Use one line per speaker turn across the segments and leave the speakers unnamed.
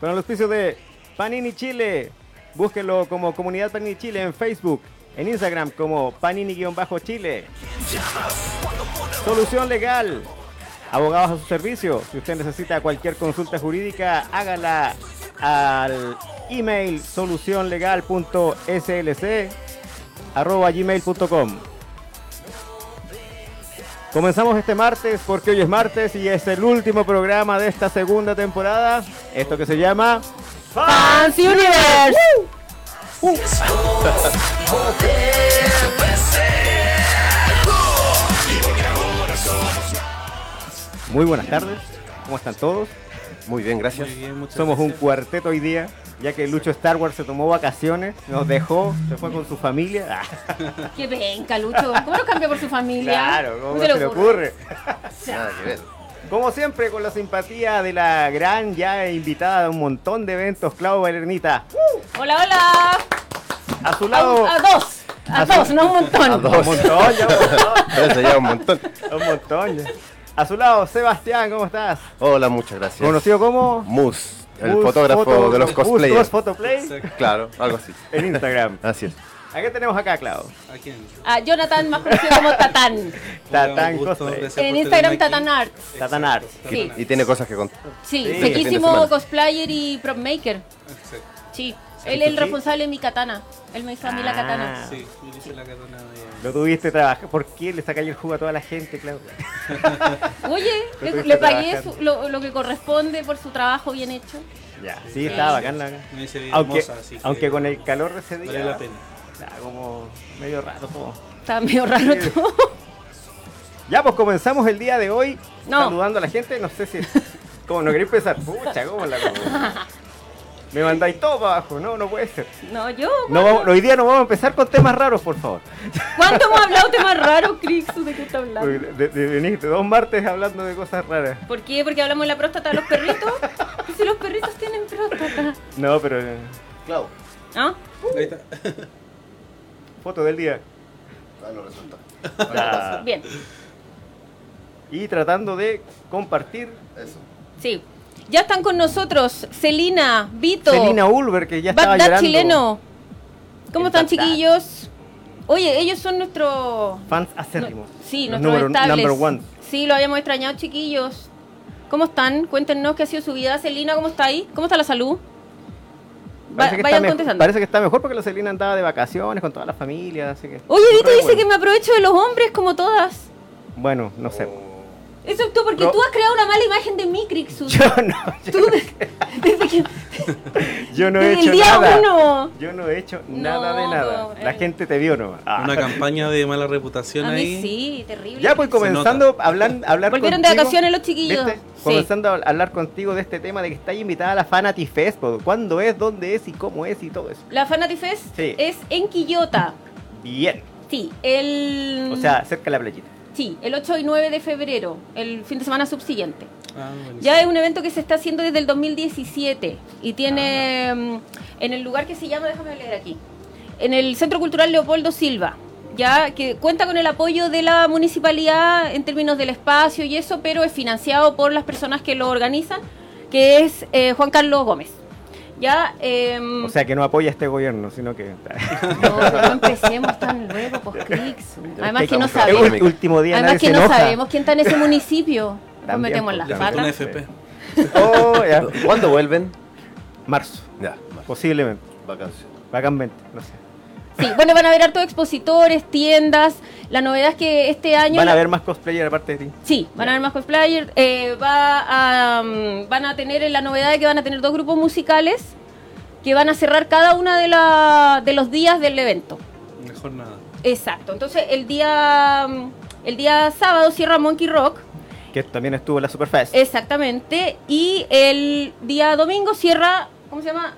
Con el auspicio de Panini Chile. Búsquenlo como Comunidad Panini Chile en Facebook, en Instagram como Panini-Chile. Solución Legal. Abogados a su servicio. Si usted necesita cualquier consulta jurídica, hágala al email solucionlegal.slc arroba gmail.com. Comenzamos este martes porque hoy es martes y es el último programa de esta segunda temporada. Esto que se llama
Fans Universe.
Uh. Muy buenas tardes, ¿cómo están todos?
Muy bien, gracias.
Muy bien, muchas
Somos un
gracias.
cuarteto hoy día, ya que Lucho Star Wars se tomó vacaciones, nos dejó, se fue con su familia. Ah,
Qué venga, Lucho. ¿Cómo lo cambió por su familia?
claro, ¿cómo
¿No
se le ocurre?
O sea,
Nada que ver.
Como siempre, con la simpatía de la gran ya invitada a un montón de eventos, Clau Valernita.
Hola, hola.
A su
A,
lado,
un- a dos. A,
A su-
dos, no un montón.
A dos.
un montón, ya, un montón.
Pero eso lleva un montón.
Un montón. ya. A su lado, Sebastián, ¿cómo estás?
Hola, muchas gracias.
Conocido como
Mus, el
Bus
fotógrafo
Foto-
de los
Bus
cosplayers.
Bus Photoplay
Exacto.
Claro, algo así.
en Instagram.
Así es.
¿A qué tenemos acá, Clau?
¿A quién?
A Jonathan, más conocido como Tatán.
Tatán
Un gusto,
Cosplay.
gracias por
En
tenerme
Instagram,
aquí.
Tatán Arts.
Exacto,
Tatán Arts.
Sí.
Y tiene cosas que contar.
Sí,
Sí.
Fin de
bellísimo
semana.
cosplayer y prop maker.
Exacto,
Sí. Él es el
sí.
responsable de mi katana. Él me hizo a mí la katana.
Ah.
sí, yo hice la katana de...
Lo tuviste trabajar. ¿Por qué le saca el jugo a toda la gente, Clau?
Oye,
Ah. Lo
le,
tuviste
le pagué
trabajando.
su- lo, lo que corresponde por su trabajo bien hecho.
Ya, sí, estaba bacán la.
Me hice bien
Aunque,
hermosa, así que
aunque con el calor de ese día.
Vale la pena.
Está como medio raro todo.
Está medio raro
Sí.
todo.
Ya, pues comenzamos el día de hoy
No.
saludando a la gente. No sé si. Como no quería empezar. Pucha, ¿cómo la.? Me mandáis todo para abajo. No, no puede ser.
No, yo.
No,
¿cuándo,
vamos- hoy día no vamos a empezar con temas raros, por favor.
¿cuándo hemos hablado temas raros, Crixu? ¿De qué está hablando?
Porque de- de- veniste dos martes hablando de cosas raras.
¿Por qué? ¿Porque hablamos de la próstata de los perritos? ¿Y si los perritos tienen próstata?
No, pero. eh,
Claro.
¿Ah?
Ahí está.
Foto del día.
No resulta.
Ya.
Bien,
Y tratando de compartir.
Eso.
sí. Ya están con nosotros Celina, Vito,
Selina Ulver, que ya estaba
Bagdad
llorando.
chileno. ¿Cómo
El
están,
Bagdad.
chiquillos? Oye, ellos son nuestro...
Fans acérrimos.
no- sí,
Los
nuestros
número-
estables.
Number one.
Sí, lo habíamos extrañado, chiquillos. ¿Cómo están? Cuéntenos qué ha sido su vida. Celina, ¿cómo está ahí? ¿Cómo está la salud? Va-
Parece que, está
vayan
mejor,
contestando.
parece que está mejor porque la Selena andaba de vacaciones con toda la familia, así que...
Oye, Vito
Re
dice
bueno.
que me aprovecho de los hombres como todas.
Bueno, no sé.
Excepto porque
No.
tú has creado una mala imagen de mí, Crixus.
Yo no,
Tú, desde que-
yo no he
desde
hecho
el día
nada.
uno.
Yo no he hecho
No,
nada de nada.
no,
La
eh.
gente te vio nomás. Ah.
Una campaña de mala reputación
A
ahí.
mí sí, terrible.
Ya pues comenzando a hablar, a hablar
Volvieron de
contigo,
vacaciones los chiquillos.
¿viste?
Sí.
Comenzando a hablar contigo de este tema de que está invitada a la Fanati Fest. po. ¿Cuándo es? ¿Dónde es? ¿Y cómo es? Y todo eso.
La Fanatifest
Sí.
es en Quillota.
Bien.
Sí, el.
O sea, cerca de la playita.
Sí, el 8 y 9 de febrero, el fin de semana subsiguiente.
Ah, buenísimo.
Ya es un evento que se está haciendo desde el 2017 y
Ah,
tiene mm, en el lugar que se llama, déjame leer aquí, en el Centro Cultural Leopoldo Silva, ya que cuenta con el apoyo de la municipalidad en términos del espacio y eso, pero es financiado por las personas que lo organizan, que es eh, Juan Carlos Gómez. Ya, em,
O sea, que no apoya a este gobierno, sino que... este
no, pero no empecemos tan luego, pues, Crix. Además que no
Es un-
Es
sabemos,
el último día,
además
nadie
que
se
no
enoja.
sabemos quién está en ese municipio. Nos
También,
metemos
pues,
las
Le
también.
falta una
patas.
FP.
Oh, ya.
¿Cuándo vuelven?
Marzo,
Ya,
posiblemente,
vacaciones.
vacamente, no sé.
Sí, bueno, van a haber hartos expositores, tiendas. La novedad es que este año.
Van a ver más cosplayer aparte de ti.
Sí, van a haber más cosplayers. eh, va a, mm, van a tener la novedad de que van a tener dos grupos musicales que van a cerrar cada uno de, la- de los días del evento.
Mejor nada.
Exacto. Entonces, el día, mm, el día sábado cierra Monkey Rock.
Que también estuvo en la Superfest.
Eh. Exactamente. Y el día domingo cierra, ¿cómo se llama?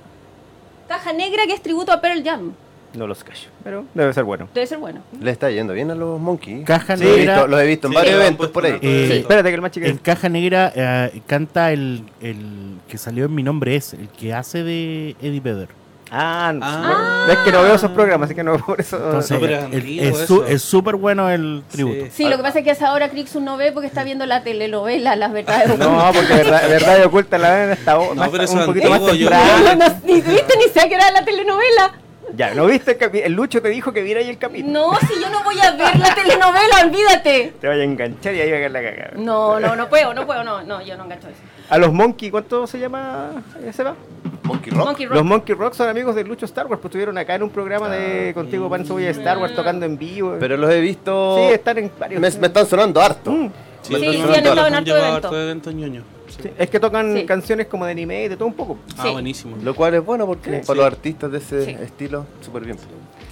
Caja Negra, que es tributo a Pearl Jam.
No los callo, pero debe ser bueno.
Debe ser bueno.
Le está yendo bien a los Monkey.
Caja
Los he
Negra.
visto- los he visto en
Sí, pues,
varios
lo han
eventos
puesto
por
en
ahí.
otro
Eh,
Sí,
evento.
Espérate que el más chiquillo.
En Caja Negra eh, canta el, el que salió en Mi Nombre es, el que hace de Eddie Vedder.
Ah, no,
Ah.
bueno, es que no veo esos programas, así que no por eso.
Entonces,
pero es
el-
antiguo
es su-
eso.
es súper bueno el tributo.
Sí, lo que pasa es que a esa hora Crixus no ve porque está viendo la telenovela, las verdades
No, porque verdad, verdad y oculta la ven hasta o-
No,
más-
pero eso
un
es
poquito más
antiguo, yo-
temprano.
No, no, ni viste ni sé a qué era la telenovela.
Ya, ¿no viste? El, capi- el Lucho te dijo que viera ahí el capítulo.
No, si yo no voy a ver la telenovela, olvídate.
Te vaya a enganchar y ahí va a caer la cagada.
No, no, no puedo, no puedo, no, no, yo no engancho eso.
A los Monkey, ¿cuánto se llama? eh, Seba?
Monkey Rock.
Monkey Rock.
Los Monkey Rock son amigos de Lucho Star Wars, pues estuvieron acá en un programa de Contigo Pan Cebolla de Star Wars tocando en vivo.
Ah, Pero los he visto.
sí, están en varios.
me, me están sonando harto.
Mm.
Sí, sí,
no,
han estado
no,
en
no,
harto
llevaba
evento.
harto evento ñoño. Sí.
Sí, es que tocan
Sí.
canciones como de anime y de todo un poco.
Ah,
Sí.
buenísimo.
Lo cual es bueno porque
Sí.
para los artistas de ese
Sí.
estilo, súper bien.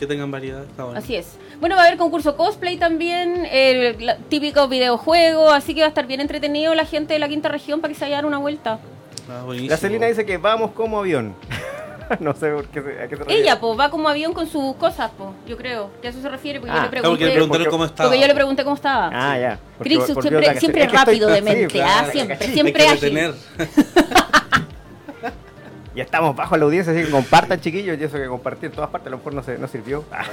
Que tengan variedad, está bueno.
Así es. Bueno, va a haber concurso cosplay también, eh, la- típico videojuego, así que va a estar bien entretenido la gente de la quinta región para que se vaya a dar una vuelta.
Ah, buenísimo.
La Celina dice que vamos como avión. no sé por qué, se- a qué se refiere.
Ella, pues, va como avión con sus cosas, pues, yo creo. Que a eso se refiere, porque
Ah,
yo le
ah,
Ah, porque le
pregunté.
preguntaron
porque-
cómo estaba.
porque yo le pregunté cómo estaba.
Ah, ya. Porque-
Crixus
porque
siempre-
otra que-
siempre
es que estoy-
rápido de
sí,
mente,
claro,
ah,
la
siempre,
cachai.
siempre
Hay que Ah,
ágil.
detener.
Ya estamos bajo la audiencia, así que compartan, chiquillos. Y eso que compartí en todas partes, a lo mejor no, se, no sirvió. Ah.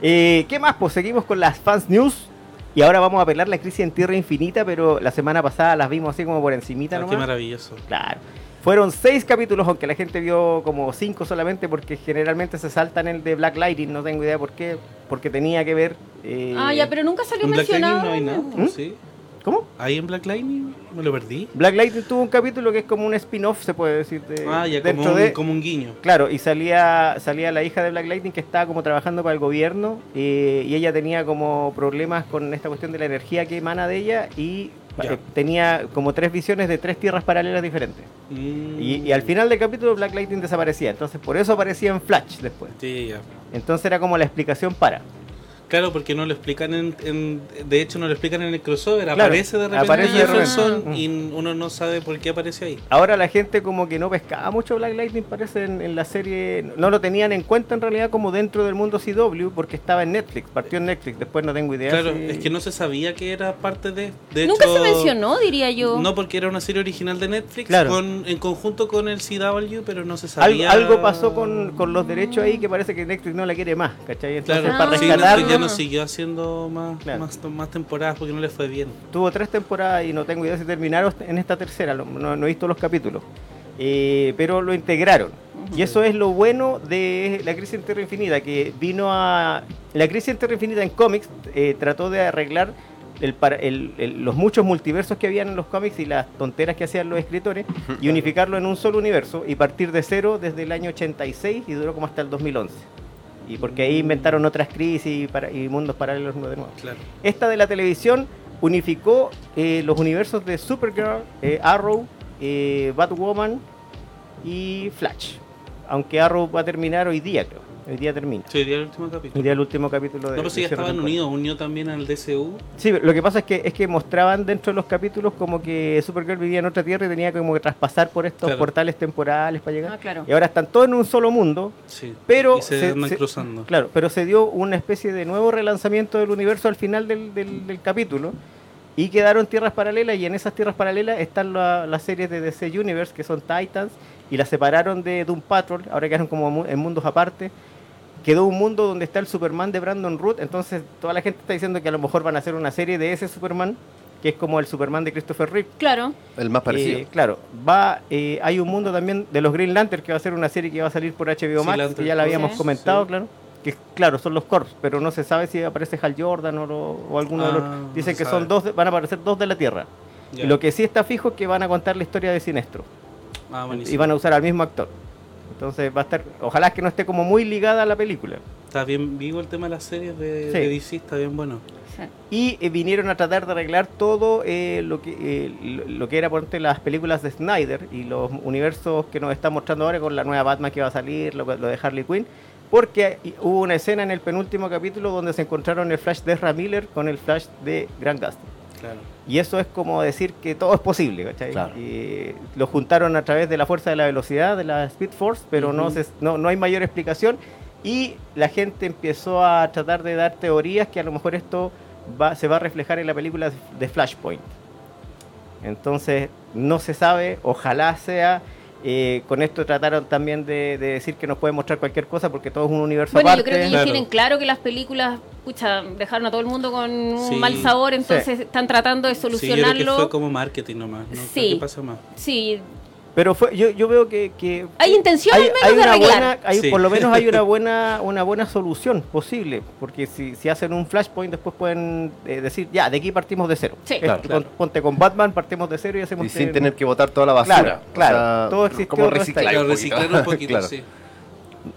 Eh, ¿Qué más? Pues seguimos con las fans news. Y ahora vamos a pelar la crisis en Tierra Infinita, pero la semana pasada las vimos así como por encimita
Ah, qué
nomás.
maravilloso.
Claro. Fueron seis capítulos, aunque la gente vio como cinco solamente, porque generalmente se saltan el de Black Lightning, no tengo idea por qué, porque tenía que ver... eh,
Ah, ya, pero nunca salió
En Black Lightning
mencionado.
no hay nada,
¿Mm?
¿sí?
¿Cómo?
Ahí en Black Lightning me lo perdí.
Black Lightning tuvo un capítulo que es como un spin-off, se puede decir, de,
Ah, ya, como
Eh, dentro
un,
de...
como un guiño.
Claro, y salía, salía la hija de Black Lightning que estaba como trabajando para el gobierno eh, y ella tenía como problemas con esta cuestión de la energía que emana de ella y
Ya.
eh, tenía como tres visiones de tres tierras paralelas diferentes.
Mm.
Y, y al final del capítulo Black Lightning desaparecía, entonces por eso aparecía en Flash después.
Sí, ya.
Entonces era como la explicación para.
Claro, porque no lo explican en, en- De hecho, no lo explican en el crossover.
Claro,
aparece de repente
aparece
de
Jefferson
repente. Mm.
y uno no sabe por qué aparece ahí.
Ahora la gente como que no pescaba mucho Black Lightning, parece, en, en la serie. No lo tenían en cuenta en realidad como dentro del mundo CW porque estaba en Netflix, partió en Netflix, después no tengo idea.
Claro,
si-
es que no se sabía que era parte de. de
Nunca
hecho,
se mencionó, diría yo. Ah,
No, porque era una serie original de Netflix
Claro.
con, en conjunto con el CW, pero no se
Al-
sabía.
algo pasó con, con los derechos ahí que parece que Netflix no la quiere más, ¿cachai? Entonces,
Claro,
para
sí,
rescatar,
Netflix ya no siguió haciendo más,
Claro.
más, más temporadas porque no le fue bien.
tuvo tres temporadas y no tengo idea si terminaron en esta tercera, lo- no, no he visto los capítulos. Eh, pero lo integraron. Y eso es lo bueno de la crisis en Tierra Infinita, que vino a... La crisis en Tierra Infinita en cómics eh, trató de arreglar el para- el- el- los muchos multiversos que habían en los cómics y las tonteras que hacían los escritores y unificarlo en un solo universo y partir de cero desde el año 86 y duró como hasta el 2011. Y porque ahí inventaron otras crisis y, para- y mundos paralelos de nuevo.
Claro.
Esta de la televisión unificó eh, los universos de Supergirl, eh, Arrow, eh, Batwoman y Flash. Aunque Arrow va a terminar hoy día, creo. Hoy día termina.
Sí, hoy día era el último
Hoy
capítulo.
día el último capítulo de.
No, pero sí,
de
ya
cierre
estaban
temporal.
unidos. Unió también al DCU.
Sí, pero lo que pasa es que, es que mostraban dentro de los capítulos como que Supergirl vivía en otra tierra y tenía como que traspasar por estos
Claro.
portales temporales para llegar.
Ah, claro.
Y ahora están todos en un solo mundo,
Sí.
Pero
Y se,
se-
andan
se-
cruzando.
Claro, pero se dio una especie de nuevo relanzamiento del universo al final del, del- del capítulo. Y quedaron tierras paralelas y en esas tierras paralelas están la- las series de DC Universe que son Titans y las separaron de Doom Patrol, ahora quedaron como mu- en mundos aparte. Quedó un mundo donde está el Superman de Brandon Root, entonces toda la gente está diciendo que a lo mejor van a hacer una serie de ese Superman, que es como el Superman de Christopher Reeve.
Claro.
El más parecido.
Eh, claro, va, eh, hay un mundo también de los Green Lantern que va a ser una serie que va a salir por HBO
Sí,
Max,
Lantern
que ya la
Corps,
habíamos
sí.
comentado,
Sí.
claro. Que claro, son los Corps, pero no se sabe si aparece Hal Jordan o, lo- o alguno de
Ah,
los.
no
Dicen
se
que
sabe.
son dos, de- van a aparecer dos de la Tierra.
Ya.
Y lo que sí está fijo es que van a contar la historia de Sinestro
Ah, buenísimo.
y van a usar al mismo actor. Entonces va a estar, ojalá que no esté como muy ligada a la película.
Está bien vivo el tema de las series de,
Sí.
de DC, está bien bueno.
Sí.
y eh, vinieron a tratar de arreglar todo eh, lo que eh, lo- lo que era ponte las películas de Snyder y los universos que nos está mostrando ahora con la nueva Batman que va a salir, lo, lo de Harley Quinn, porque eh, hubo una escena en el penúltimo capítulo donde se encontraron el Flash de Ezra Miller con el Flash de Grant Gustin.
Claro.
Y eso es como decir que todo es posible, ¿cachai?
Claro.
Y lo juntaron a través de la fuerza de la velocidad, de la Speed Force, pero no,
Ujú.
se- no, no hay mayor explicación. Y la gente empezó a tratar de dar teorías que a lo mejor esto va, se va a reflejar en la película de Flashpoint. Entonces, no se sabe, ojalá sea. Eh, con esto trataron también de, de decir que nos puede mostrar cualquier cosa porque todo es un universo
Bueno,
aparte.
yo creo que ellos
Claro.
tienen claro que las películas, pucha, dejaron a todo el mundo con un
Sí.
mal sabor, entonces están tratando de
Sí, yo creo que
solucionarlo.
fue como marketing nomás. ¿no?
Sí.
¿Qué pasó más?
Sí,
Pero fue, yo, yo veo que, que
hay intención al menos de
una
arreglar.
buena, hay-
Sí.
por lo menos hay una buena, una buena solución posible, porque si, si hacen un flashpoint después pueden eh, decir, ya, de aquí partimos de cero.
Sí.
Eh,
Claro,
pon-
claro.
Ponte con Batman, partimos de cero y hacemos...
Y sin
eh,
tener que botar toda la basura.
Claro, claro. Todo
Todo
existió,
como
todo está
reciclar.
ahí.
Claro,
un poquito.
reciclar un poquito,
Claro.
sí.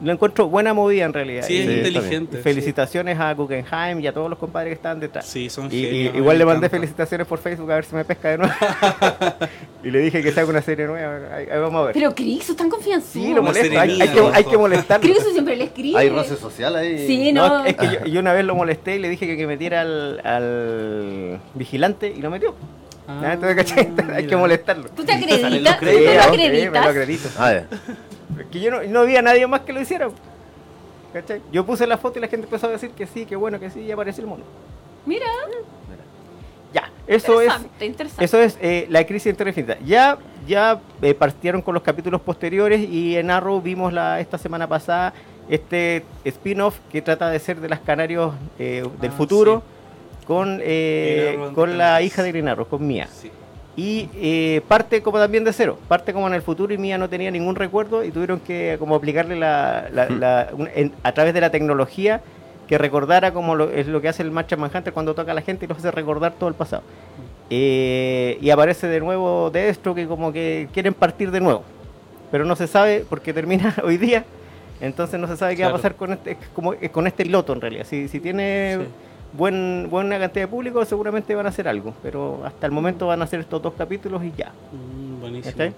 Lo encuentro buena movida en realidad.
Sí, es
Y-
Sí, está
inteligente.
Felicitaciones a Guggenheim y a todos los compadres que estaban detrás.
Sí, son
Y- y
genios,
igual
me
le mandé
encanta.
felicitaciones por Facebook a ver si me pesca de nuevo. y le dije que saque una serie nueva. Ahí, ahí vamos a ver.
Pero Crixo,
sí,
tan
lo
Una
confianzudo.
molesto. Hay,
serenilla,
hay que, hay que
loco.
molestarlo.
Crixo siempre le escribe.
Hay roce social ahí.
Sí, no.
No, es que yo, yo una vez lo molesté y le dije que, que metiera al, al vigilante y lo metió.
Ah,
Ya, entonces, ¿cachai? Entonces, hay que
mira.
molestarlo.
¿Tú te
Salen los
acreditas? ¿Tú
Sí,
te lo
ok, me lo
acreditas?
acredito.
Ah, ya.
Es Que yo no, no había nadie más que lo hiciera. ¿cachai? Yo puse la foto y la gente empezó a decir que sí, que bueno, que sí, y apareció el mono.
Mira,
Ya, eso es
interesante, interesante.
Eso es eh, la crisis entre infinita. Ya, ya eh, partieron con los capítulos posteriores y en Arrow vimos la, esta semana pasada este spin-off que trata de ser de las Canarios eh, del
Ah,
futuro con, eh,
Green Arrow and
con
the
la
Canarias.
hija de Green Arrow, con Mia.
Sí.
Y eh, parte como también de cero, parte como en el futuro y Mia no tenía ningún recuerdo y tuvieron que como aplicarle la, la- la- un- en- a través de la tecnología que recordara como lo- es lo que hace el Marcha Manhunter cuando toca a la gente y los hace recordar todo el pasado. Eh, y aparece de nuevo Destro que como que quieren partir de nuevo, pero no se sabe porque termina hoy día, entonces no se sabe qué va
Claro.
a pasar con este, es como, es con este piloto en realidad. Si, si tiene
Sí.
buen, buena cantidad de público, seguramente van a hacer algo. Pero hasta el momento van a hacer estos dos capítulos y ya.
Mm, buenísimo.
¿Cachai?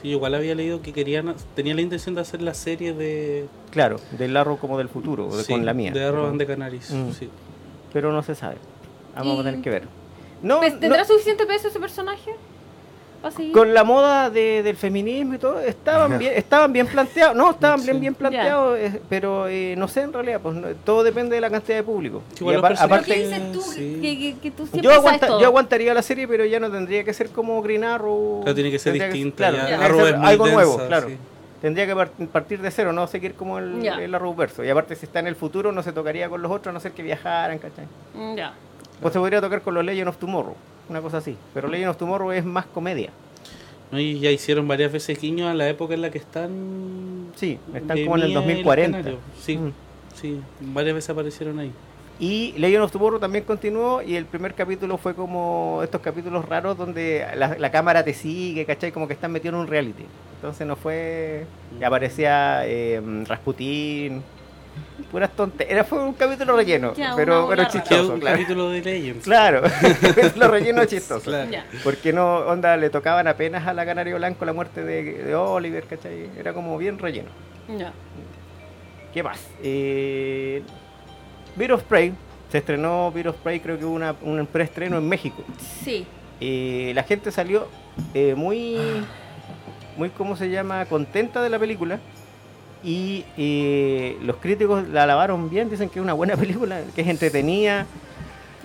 Sí, igual había leído que querían, tenía la intención de hacer la serie de,
Claro, del largo como del futuro, o de-
sí,
con la mía.
de
pero,
Arroban de Canaris.
Mm.
sí.
pero no se sabe. Ah, Vamos
Y-
a tener que ver. No,
¿Te-
no,
¿Tendrá suficiente peso ese personaje? ¿Va a seguir?
con la moda de- del feminismo y todo, estaban bien, estaban bien planteados. No, estaban bien,
Sí.
bien planteados, eh, pero eh, no sé en realidad, pues no- todo depende de la cantidad de público.
Sí, igual
Y
los
apar-
personajes-
¿Pero
aparte,
qué dices tú?
sí.
Que, que- que tú siempre
yo, aguanta-
sabes todo.
yo aguantaría la serie, pero ya no tendría que ser como Green Arrow.
Claro, tiene que ser
Tendría
distinta.
claro,
ya.
tendría que
Arrow
ser
es muy
algo
densa,
nuevo, claro.
sí.
Tendría que par- partir de cero, no seguir como el,
Ya.
el Arrowverso. Y aparte, si está en el futuro, no se tocaría con los otros, a no ser que viajaran, ¿cachai?
Mm, Ya.
O se podría tocar con los Legend of Tomorrow, una cosa así. Pero Legend of Tomorrow es más comedia.
No, y ya hicieron varias veces guiños a la época en la que están.
Sí, están
de
como en el
Mía y los
2040.
Canarios. Sí,
Mm.
sí, varias veces aparecieron ahí.
Y Legend of Tomorrow también continuó y el primer capítulo fue como estos capítulos raros donde la, la cámara te sigue, ¿cachai? Como que están metidos en un reality. Entonces no fue... y aparecía eh, Rasputín, puras tonterías. Era, fue un capítulo relleno,
Ya,
pero,
una
pero
bola
Que
chistoso,
un
Ah, claro.
capítulo de Legends.
Claro, lo relleno chistoso.
Claro.
Ya.
Porque no, onda, le tocaban apenas a la Canario Blanco la muerte de, de Oliver, ¿cachai? Era como bien relleno.
Ya.
¿Qué más? Eh, Beat of Prey. Se estrenó Beat of Prey, creo que hubo una, un preestreno en México.
Sí.
Eh, la gente salió eh, muy, muy, ¿cómo se llama?, contenta de la película. Y eh, los críticos la alabaron bien, dicen que es una buena película, que es entretenida.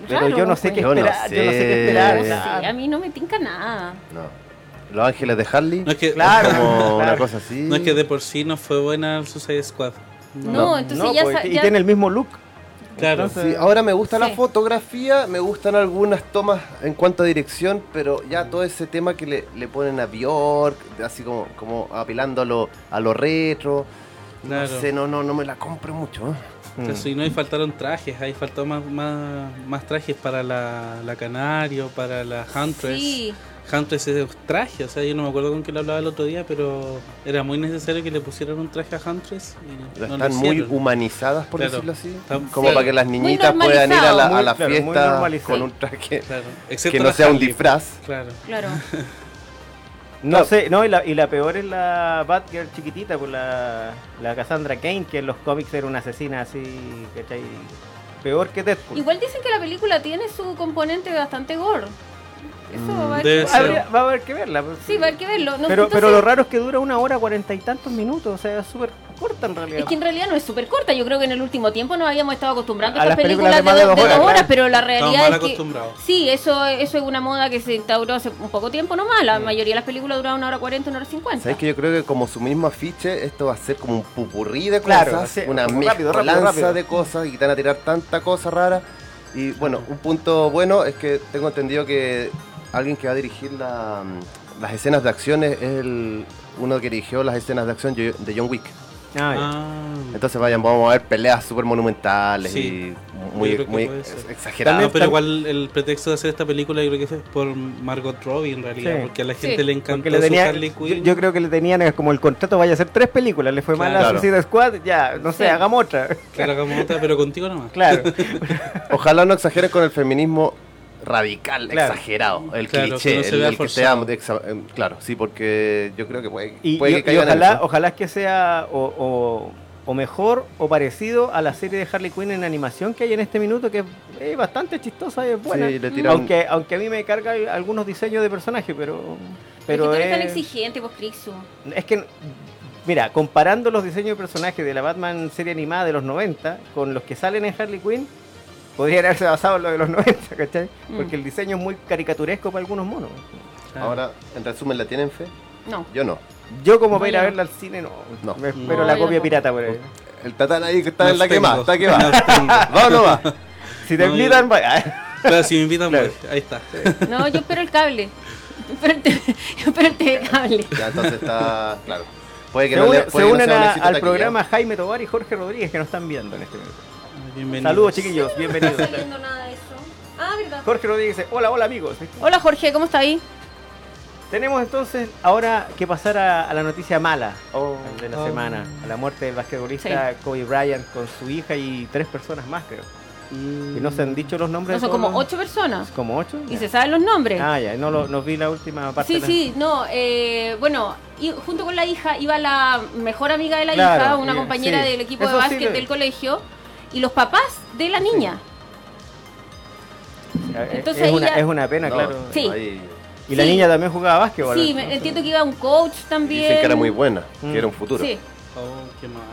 Pero
Raro,
yo no sé
pues.
qué
Yo no
esperar, yo no sé qué
sé.
esperar.
No
o
sé,
sea,
a mí no me tinca nada.
No. Los Ángeles de Harley.
No es que,
Claro.
como una
claro.
cosa así.
no es que de por sí no fue buena el Suicide Squad.
No,
No,
entonces
no,
ya,
pues,
sa-
y
ya-
tiene el mismo look.
Claro.
Entonces-
Sí, ahora me gusta la
Sí.
fotografía, me gustan algunas tomas en cuanto a dirección, pero ya todo ese tema que le, le ponen a Bjork, así como, como apelando a lo, a lo retro.
Claro.
No sé, no, no, no me la compro mucho. ¿eh?
mm.
Eso, y no, y faltaron trajes, ahí faltó más, más, más trajes para la, la Canario, para la Huntress.
Sí.
Huntress es de traje, o sea, yo no me acuerdo con quién lo hablaba el otro día, pero era muy necesario que le pusieran un traje a Huntress. Y no lo
Están muy
hicieron.
humanizadas, por
Claro.
decirlo así.
Están-
Como
Sí.
para que las
Muy
niñitas puedan ir a la, a la
normalizado. Muy- claro, muy
fiesta
normalizado.
con un traje
Claro, excepto
que no
la
sea un
Harley,
disfraz.
Claro.
Claro.
No sé, no, y la, y la peor es la Batgirl chiquitita, pues la, la Cassandra Kane, que en los cómics era una asesina así, ¿cachai? Peor que Deadpool.
Igual dicen que la película tiene su componente bastante gore. Eso
Mm,
va a
debe
haber
ser.
Habría- va a haber que verla. pues.
Sí, va a haber que verlo. No,
pero,
entonces-
pero lo raro es que dura una hora cuarenta y tantos minutos, o sea, es súper corta en realidad.
Es que en realidad no es súper corta. Yo creo que en el último tiempo nos habíamos estado acostumbrando
A
a estas
las
películas,
películas
de,
de más de dos
dos, de dos
horas, claro.
horas, pero la
Estamos
realidad
mal
es que.
acostumbrados.
Sí, eso, eso es una moda que se instauró hace un poco tiempo nomás. La mayoría de las películas duraban una hora cuarenta, una hora cincuenta.
¿Sabes que yo creo que como su mismo afiche, esto va a ser como un pupurrí de cosas,
Claro, sí,
una
como rápido, rápido,
mezcolanza
rápido.
de cosas y te van a tirar tanta cosa rara. Y bueno, un punto bueno es que tengo entendido que alguien que va a dirigir la- mm, las escenas de acción es el, uno que dirigió las escenas de acción de de John Wick.
Ah,
Ah,
Entonces vayan, vamos a ver peleas súper monumentales
Sí,
y
yo
muy,
creo que
muy
puede
ex-
ser.
exageradas.
no, pero igual el pretexto de hacer esta película yo creo que fue por Margot Robbie en realidad,
Sí.
porque a la
Sí.
gente le
ya.
encantó
Porque le
su
tenía,
Harley
yo,
Quinn.
yo creo que le tenían eh, como el contrato vaya a ser tres películas, le fue mal a
Claro.
Suicide Squad, ya, no sé,
Sí.
hagamos otra.
Claro, hagamos otra, pero contigo nomás.
Claro.
Ojalá no exageren con el feminismo radical,
Claro.
exagerado, el
Claro, que
cliché,
no se
el,
vea
el que
forzado.
sea de exa- eh, claro, sí, porque yo creo que puede,
Y,
puede
y-
que
y
caigan en
ojalá,
eso.
ojalá que sea o, o- o mejor o parecido a la serie de Harley Quinn en animación que hay en este minuto, que es eh, bastante chistosa y es buena.
Sí, le tiraron-
aunque, aunque a mí me carga al- algunos diseños de personaje, pero.
Pero
pero
es que tú eres tan
es-
exigente, vos, Crixu.
es que, mira, comparando los diseños de personajes de la Batman serie animada de los 90 con los que salen en Harley Quinn, podría haberse basado en lo de los 90, ¿cachai?
Mm.
Porque el diseño es muy caricaturesco para algunos monos.
Claro.
Ahora, en resumen, ¿la tienen fe?
No.
Yo no.
Yo, como para
No,
ir a
yo no.
verla al cine, no.
No.
Me
No,
espero la
yo
copia
tampoco.
pirata por ahí.
El tatán ahí que está
No
en la que
tengo.
va, está que va.
No tengo.
¿Va o no va?
Si te
No, yo-
invitan, va-
Claro, si me invitan,
Claro.
voy. ahí está.
No, yo espero el cable. Yo espero el TV, yo espero el TV cable.
Ya, entonces está, claro. Puede que
se,
no le
unen-
puede
se
que no
unen
sea un
a-
éxito
al
taquilla.
programa Jaime Tobar y Jorge Rodríguez que nos están viendo en este momento.
Bienvenidos.
Saludos, chiquillos,
No
bienvenidos.
está saliendo nada de eso. Ah, verdad.
Jorge Rodríguez dice: Hola, hola, amigos.
Hola, Jorge, ¿cómo está ahí?
Tenemos entonces ahora que pasar a, a la noticia mala
Oh,
de la
Oh.
semana: a la muerte del basquetbolista Kobe Bryant con su hija y tres personas más, creo.
Mm.
Y no se han dicho los nombres.
No,
de
son
todos
como
los-
ocho personas.
¿Como ocho?
Y
Ya.
se saben los nombres.
Ah, ya, no, lo, no vi la última parte. de
Sí,
la-
sí, no, eh, bueno, y junto con la hija iba la mejor amiga de la
Claro,
hija, una
y-
compañera
sí.
del equipo
Eso
de
sí
básquet
lo vi.
del colegio, y los papás de la niña.
Ya, es-
Entonces
Eh, es,
ahí
una,
ya-
es una pena,
no,
claro.
Sí.
ahí-
Y la
Sí.
niña también jugaba básquetbol.
Sí, me-
entonces.
entiendo que iba un coach
y
también.
Dicen que era muy buena,
Mm.
que era un futuro.
Sí,
Oh, qué mal.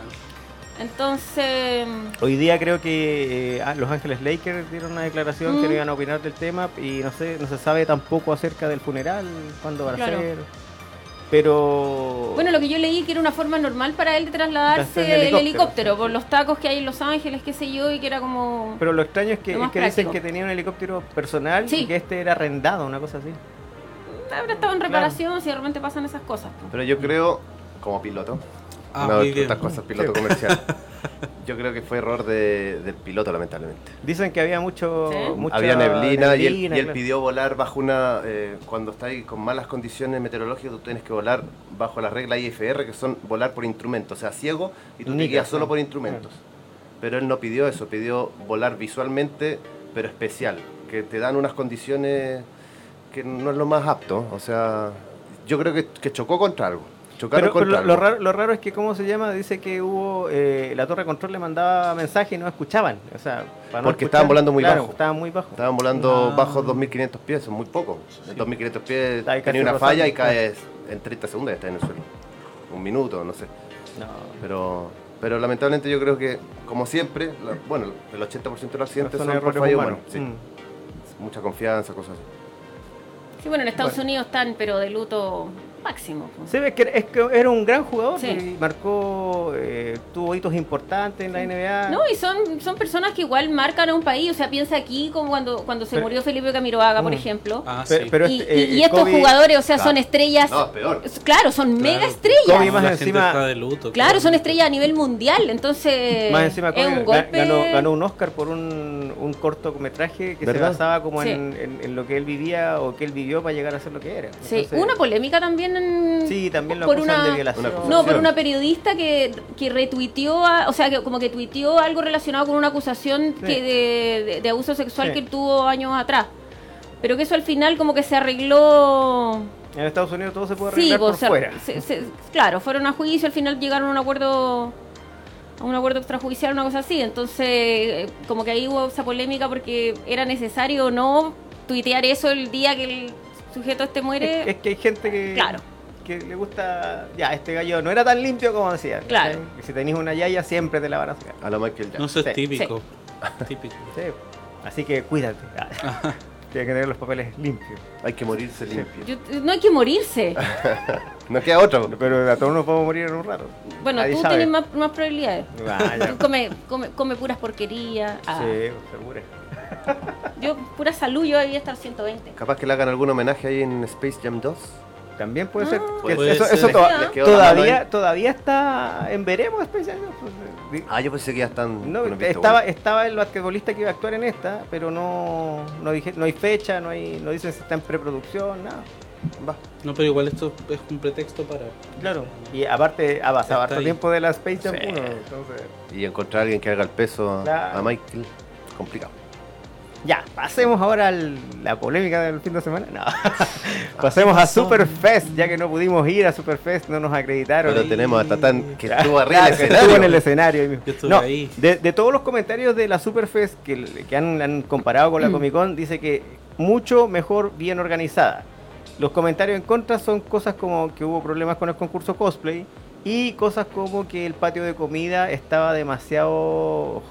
entonces,
Hoy día creo que eh, ah, Los Ángeles Lakers dieron una declaración que
Mm.
no iban a opinar del tema y no sé, no se sabe tampoco acerca del funeral, cuándo va
Claro.
a ser. Pero
bueno, lo que yo leí que era una forma normal para él de trasladarse
Hacer
el
el
helicóptero,
helicóptero,
por los tacos que hay en Los Ángeles, qué sé yo, y que era como...
pero lo extraño es que,
Lo
es
más
que dicen
práctico.
que tenía un helicóptero personal
Sí.
y que este era arrendado, una cosa así.
Habrá estado en reparación si de repente pasan esas cosas. pues.
Pero yo creo, como piloto,
Ah,
una
muy
de
bien.
estas cosas, piloto
Sí.
comercial, yo creo que fue error de- del piloto, lamentablemente.
Dicen que había mucho,
Sí.
mucha
Había neblina, y, él, y él
claro.
pidió volar bajo una. eh, cuando estáis con malas condiciones meteorológicas, tú tienes que volar bajo las reglas IFR, que son volar por instrumentos, o sea, ciego, y tú
Nica,
te guías
sí. Ah.
solo por instrumentos. Pero él no pidió eso, pidió volar visualmente, pero especial, que te dan unas condiciones que no es lo más apto. O sea, yo creo que, que chocó contra algo. Chocaron
Pero, pero
contra
lo, lo
algo.
raro, lo raro es que, ¿cómo se llama? Dice que hubo. eh, la torre de control le mandaba mensaje y no escuchaban. O sea, para no
Porque estaban volando muy
claro,
bajo.
Estaban muy bajo.
Estaban volando
Ah.
bajo 2.500 pies, eso es muy poco. 2.500 pies
Ahí casi
tenía una
rozando,
falla y
claro.
caes en 30 segundos y estás en el suelo. Un minuto, no sé.
No.
Pero, pero lamentablemente yo creo que, como siempre, la- bueno, el 80% de los accidentes
Son
son por
errores
fallo
humanos.
humano. Sí.
Mm.
Mucha confianza, cosas así.
Sí, bueno, en Estados
Bueno.
Unidos están, pero de luto máximo. pues.
Se ve que es que era un gran jugador
Sí.
y marcó, eh, tuvo hitos importantes en la NBA.
No, y son, son personas que igual marcan a un país. O sea, piensa aquí como cuando, cuando se
Pero-
murió Felipe Camiroaga, por
Mm.
ejemplo.
Ah,
Pe-
sí.
pero
y,
este, eh,
y- y estos
Kobe-
jugadores, o sea, son
Claro.
estrellas.
No, es peor.
es- Claro, son
Claro.
mega estrellas.
La
Kobe más
gente
encima-
está de luto.
Claro, son estrellas a nivel mundial. Entonces,
Más encima
eh, es
Kobe ga-
un golpe.
ganó, ganó un Oscar por un, un cortometraje que se
¿Verdad?
basaba como
Sí.
en, en- en lo que él vivía o que él vivió para llegar a ser lo que era.
Sí,
Entonces,
una polémica también. en-
sí, también lo
por
acusan
una-
de violación.
Una acusación.
No, por una periodista que, que retuiteó, a- o sea, que como que tuiteó algo relacionado con una acusación
Sí.
que de, de- de abuso sexual
Sí.
que él tuvo años atrás. Pero que eso al final como que se arregló...
En Estados Unidos todo se puede
Sí,
arreglar
pues,
por
se-
fuera.
se- se- claro, fueron a juicio, al final llegaron a un acuerdo a un acuerdo extrajudicial, una cosa así. Entonces, eh, como que ahí hubo esa polémica porque era necesario o no tuitear eso el día que el sujeto este muere.
Es, es que hay gente que
Claro.
que le gusta, ya, este gallo no era tan limpio como decía.
Claro.
¿cachai? Y si tenés una yaya, siempre te la van a sacar.
A lo Michael Jackson.
No, eso es
Sí,
típico. Típico.
Sí. Así que cuídate. Ah. Tienes que tener los papeles limpios.
Hay que morirse limpio.
Yo- no hay que morirse.
No queda otro.
Pero a todos nos podemos morir en un rato.
Bueno,
Nadie
tú
sabe.
tienes más, más probabilidades.
Ah, ya.
Tú come, come, come puras porquerías. Ah,
Sí, seguro.
Yo, pura salud, yo debía estar 120.
Capaz que le hagan algún homenaje ahí en Space Jam 2.
También puede ser.
Ah.
que
Puede
eso
ser.
eso
Les
to-
queda- les
quedó la mano ahí.
todavía, todavía está en veremos especial. ¿no? Pues, di-
Ah, yo pensé que ya están.
No,
bueno, visto,
estaba,
bueno.
estaba el basquetbolista que iba a actuar en esta, pero no, no, dije, no hay fecha, no, hay, no dicen si está en preproducción, nada.
Va.
No, pero igual esto es un pretexto para.
Claro. Y aparte ha pasado
Está
harto
ahí.
tiempo de la Space Jam
Sí.
1, entonces...
Y encontrar a alguien que haga el peso a-
Claro.
a Michael. Complicado.
Ya, pasemos ahora a la polémica del fin de semana. No. pasemos a Superfest, ya que no pudimos ir a Superfest, no nos acreditaron.
Pero
ahí.
tenemos a Tatán que
Claro,
estuvo arriba del
que
escenario.
estuvo en el escenario. ahí mismo.
Yo estuve
No,
ahí.
De, de todos los comentarios de la Superfest que, que han, han comparado con la
Mm.
Comic Con, dice que mucho mejor bien organizada. Los comentarios en contra son cosas como que hubo problemas con el concurso cosplay y cosas como que el patio de comida estaba demasiado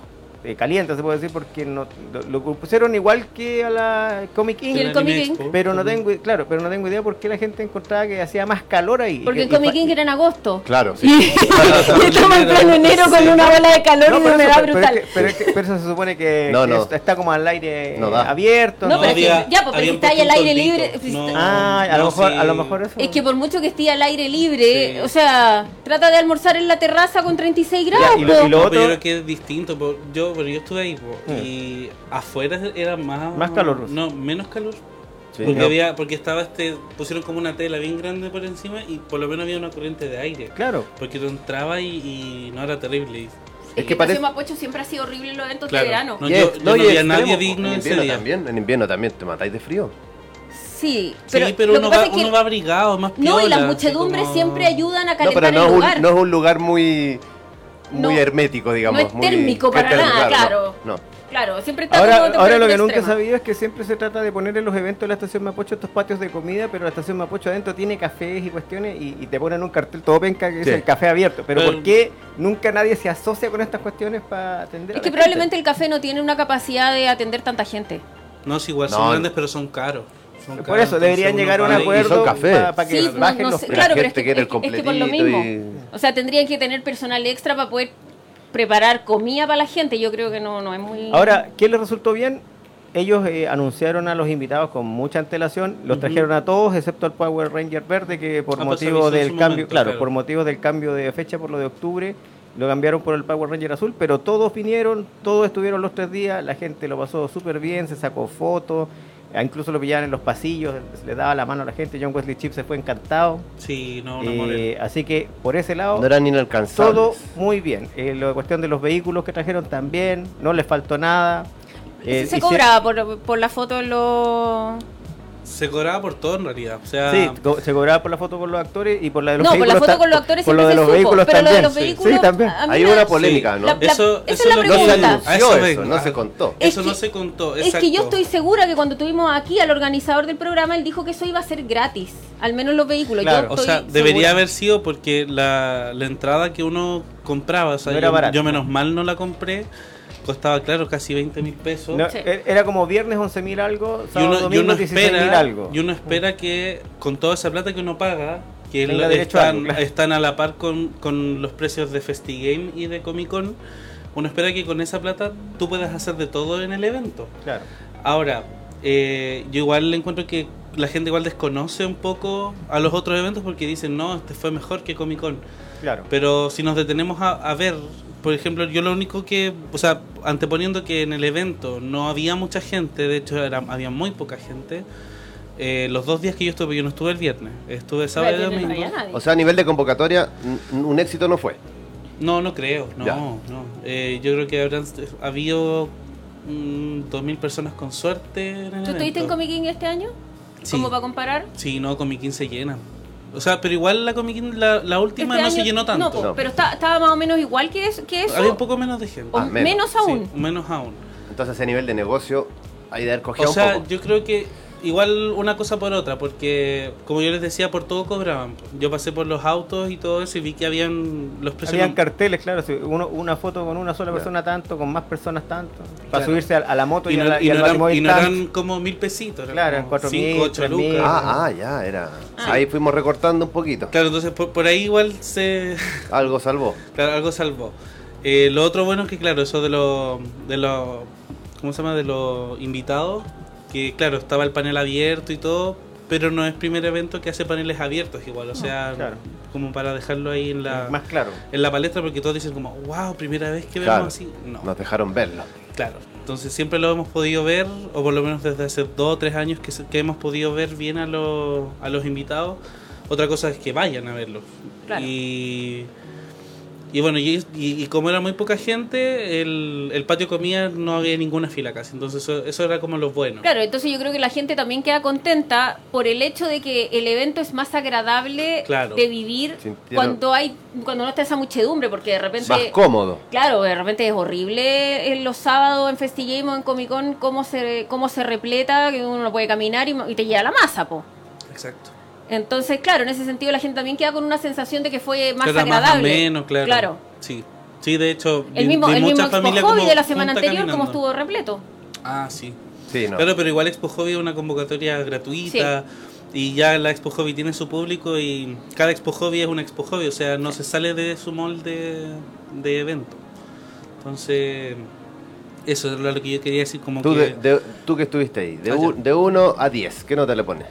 eh, caliente, se puede decir, porque no, lo, lo pusieron igual que a la Comic
Y el
Inc.
Comic Inc.
Pero no tengo, claro, pero no tengo idea por qué la gente encontraba que hacía más calor ahí.
Porque
Y-
en
y
Comic
fa-
King era en agosto.
Claro,
Y,
sí.
y estamos en pleno enero con una bola de calor
No,
y
pero
me
eso-
da
pero-
brutal.
Pero, es que- pero es que- pero eso se supone que,
No,
que
no.
esto está como al aire
No da.
abierto.
No,
¿no?
pero es que-
había-
ya, pues, pero
había
si
un
está ahí al
poquito
aire libre,
altito.
pues,
No,
está-
Ah, a,
no,
lo mejor,
sí.
a lo mejor eso.
Es que por mucho que esté al aire libre,
Sí.
o sea, trata de almorzar en la terraza con 36 grados.
y lo- y lo-
po.
No,
otro-
pero yo creo que es distinto. po. Yo, pero yo estuve ahí po,
Mm.
y afuera era más.
Más caluroso.
No, menos calor.
Sí.
porque,
No.
había, porque estaba este. Pusieron como una tela bien grande por encima y por lo menos había una corriente de aire.
Claro.
Porque tú entraba y, y no era terrible. y-
Es
Y
que parece.
Paseo Mapocho siempre ha sido horrible en los eventos
Claro.
de verano.
No,
y
yo-
es-
yo no
y
vi a
extremo,
nadie
en
digno ese
invierno
día.
También, en invierno también te matáis de frío.
Sí, pero,
Pero, sí, pero
lo
uno,
que
va,
pasa es que
uno va abrigado, es más
no, y
piola,
las
así
muchedumbres
como-
siempre ayudan a
No, pero
calentar
no es,
el
un,
lugar.
no es un lugar muy, muy
No.
hermético, digamos.
No es
muy-
térmico
que es
para nada, claro.
No, no.
Claro, siempre está
Ahora,
como
ahora lo que
temperatura
nunca he
extrema.
sabido es que siempre se trata de poner en los eventos de la estación Mapocho estos patios de comida, pero la estación Mapocho adentro tiene cafés y cuestiones y, y te ponen un cartel todo penca que
Sí.
dice el café abierto. Pero
Pero-
¿por qué nunca nadie se asocia con estas cuestiones para atender? a
Es
la
que
gente?
probablemente el café no tiene una capacidad de atender tanta gente.
No, sí, igual
No,
son grandes, pero son caros. Son
Por
caros,
eso deberían
entonces
llegar a
uno
un
va ahí-
y son
acuerdo
cafés.
para que
Sí, no-
bajen
no
los
sé,
precios.
Claro,
la
pero es
gente
que-
quiere
es
el
que- es que
completito
por lo
y...
O sea, tendrían que tener personal extra para poder preparar comida para la gente. Yo creo que no, no es muy...
Ahora, ¿qué les resultó bien? Ellos eh, anunciaron a los invitados con mucha antelación, los
Ujú.
trajeron a todos, excepto al Power Ranger verde, que por
Ah, pues
motivo
avisó en
del
su
cambio,
momento,
claro,
claro.
por motivos del cambio de fecha por lo de octubre, lo cambiaron por el Power Ranger azul, pero todos vinieron, todos estuvieron los tres días, la gente lo pasó súper bien, se sacó fotos, eh, incluso lo pillaban en los pasillos, le daba la mano a la gente, John Wesley Chip se fue encantado,
Sí, no,
eh,
no morir.
así que por ese lado...
No eran inalcanzables.
Todo muy bien. Eh, la cuestión de los vehículos que trajeron también, no les faltó nada. Eh,
se
hici-
cobraba por, por la foto en los...
Se cobraba por todo en realidad. O sea,
Sí, co- se cobraba por la foto con los actores y por la de los
No, por
vehículos.
la foto
ta-
con los actores
por lo
siempre
de
se
los
supo,
vehículos
pero lo de
también.
los
Sí,
vehículos,
sí, también.
a- a mí
Hay
la-
una polémica, ¿no?
la- la-
Eso-
esa
eso
es la
es lo que-
No se
pregunta.
A eso
anunció eso,
vengo.
no se contó.
Es
eso
que-
no se contó.
Es que yo
exacto.
estoy segura que cuando tuvimos aquí al organizador del programa, él dijo que eso iba a ser gratis, al menos los vehículos. Yo
Claro.
O
estoy
sea, debería
segura.
haber sido porque la, la entrada que uno compraba, o sea,
No era
yo,
barata.
yo menos mal no la compré, costaba, claro, casi 20 mil pesos.
No,
Sí.
e- Era como viernes 11.000 algo,
y
sábado
uno, y
domingo
uno
16.000
espera,
algo.
y uno espera que con toda esa plata que uno paga, que
Tenga
lo-
derecho a
están,
algo, claro.
están a la par con, con los precios de FestiGame y de Comic Con, uno espera que con esa plata tú puedas hacer de todo en el evento.
Claro.
Ahora, eh, yo igual encuentro que la gente igual desconoce un poco a los otros eventos porque dicen, no, este fue mejor que Comic Con.
Claro.
Pero si nos detenemos a, a ver, por ejemplo, yo lo único que, o sea, anteponiendo que en el evento no había mucha gente, de hecho era- había muy poca gente, eh, los dos días que yo estuve, yo no estuve el viernes, estuve sábado y
Pero no
domingo.
había nadie.
O sea, a nivel de convocatoria, n- un éxito no fue.
No, no creo, no,
Ya.
no. Eh, yo creo que habrán s- habido mm, 2.000 personas con suerte en el
¿Tú estuviste en
evento.
Comic King este año?
Sí.
¿Cómo para comparar?
Sí, no, Comic Con se llena. O sea, pero igual la Comic Con, la, la última
Este
no se
año-
llenó
No,
tanto.
po,
No.
pero está- estaba más o menos igual que, es- que eso.
Había un poco menos de gente.
o
Ah,
menos,
menos.
Sí,
aún.
menos aún.
Entonces, a nivel de negocio, hay de haber
O
cogido un
sea,
poco.
yo creo que igual una cosa por otra, porque como yo les decía, por todo cobraban. Yo pasé por los autos y todo eso y vi que habían los precios.
Habían
no-
carteles, claro, sí, uno- una foto con una sola persona tanto, con más personas tanto, para
Claro.
subirse a, a la moto y,
y no,
a la,
y
y al
no eran,
batimóvil
y no
tanto.
eran como mil pesitos, eran
Claro,
como
cuatro
cinco,
mil,
ocho
tres mil.
lucas.
Ah, ah, ya, era. Ahí fuimos recortando un poquito.
Ah. Claro, entonces por, por ahí igual se
Algo salvó.
claro, algo salvó. Eh, lo otro bueno es que claro, eso de los de los ¿cómo se llama? de los invitados, que claro, estaba el panel abierto y todo, pero no es primer evento que hace paneles abiertos igual, o sea,
claro.
como para dejarlo ahí en la
Más claro.
en la palestra porque todos dicen como, "Wow, primera vez que vemos
Claro.
así." No.
Nos dejaron verlo.
Claro, entonces siempre lo hemos podido ver, o por lo menos desde hace dos o tres años que, se- que hemos podido ver bien a, los a los invitados. Otra cosa es que vayan a verlo.
Claro.
Y, y bueno, y, y- y como era muy poca gente, el, el patio comía no había ninguna fila casi, entonces eso, eso era como lo bueno.
Claro, entonces yo creo que la gente también queda contenta por el hecho de que el evento es más agradable
Claro.
de vivir
Sintieron-
cuando hay cuando no está esa muchedumbre, porque de repente
Más cómodo.
Claro, de repente es horrible en los sábados en Festigame o en Comic Con cómo se, cómo se repleta, que uno no puede caminar y, y te llega la masa, po.
Exacto.
Entonces, claro, en ese sentido la gente también queda con una sensación de que fue más
Era
agradable.
ameno, claro. Sí. Sí, de hecho,
El
vi-
mismo,
vi
el mismo
muchas
Expo
familias
Hobby
como
de la semana
juntas
anterior, como
caminando.
estuvo repleto.
Ah, sí.
Sí, no.
Claro, pero igual Expo Hobby es una convocatoria gratuita y ya la Expo Hobby tiene su público y cada Expo Hobby es una Expo Hobby, o sea, no se sale de su molde de evento. Entonces, eso es lo que yo quería decir como
tú,
que...
de- de- tú que estuviste ahí, de
Ah, ya.
1 a 10, ¿qué nota le pones?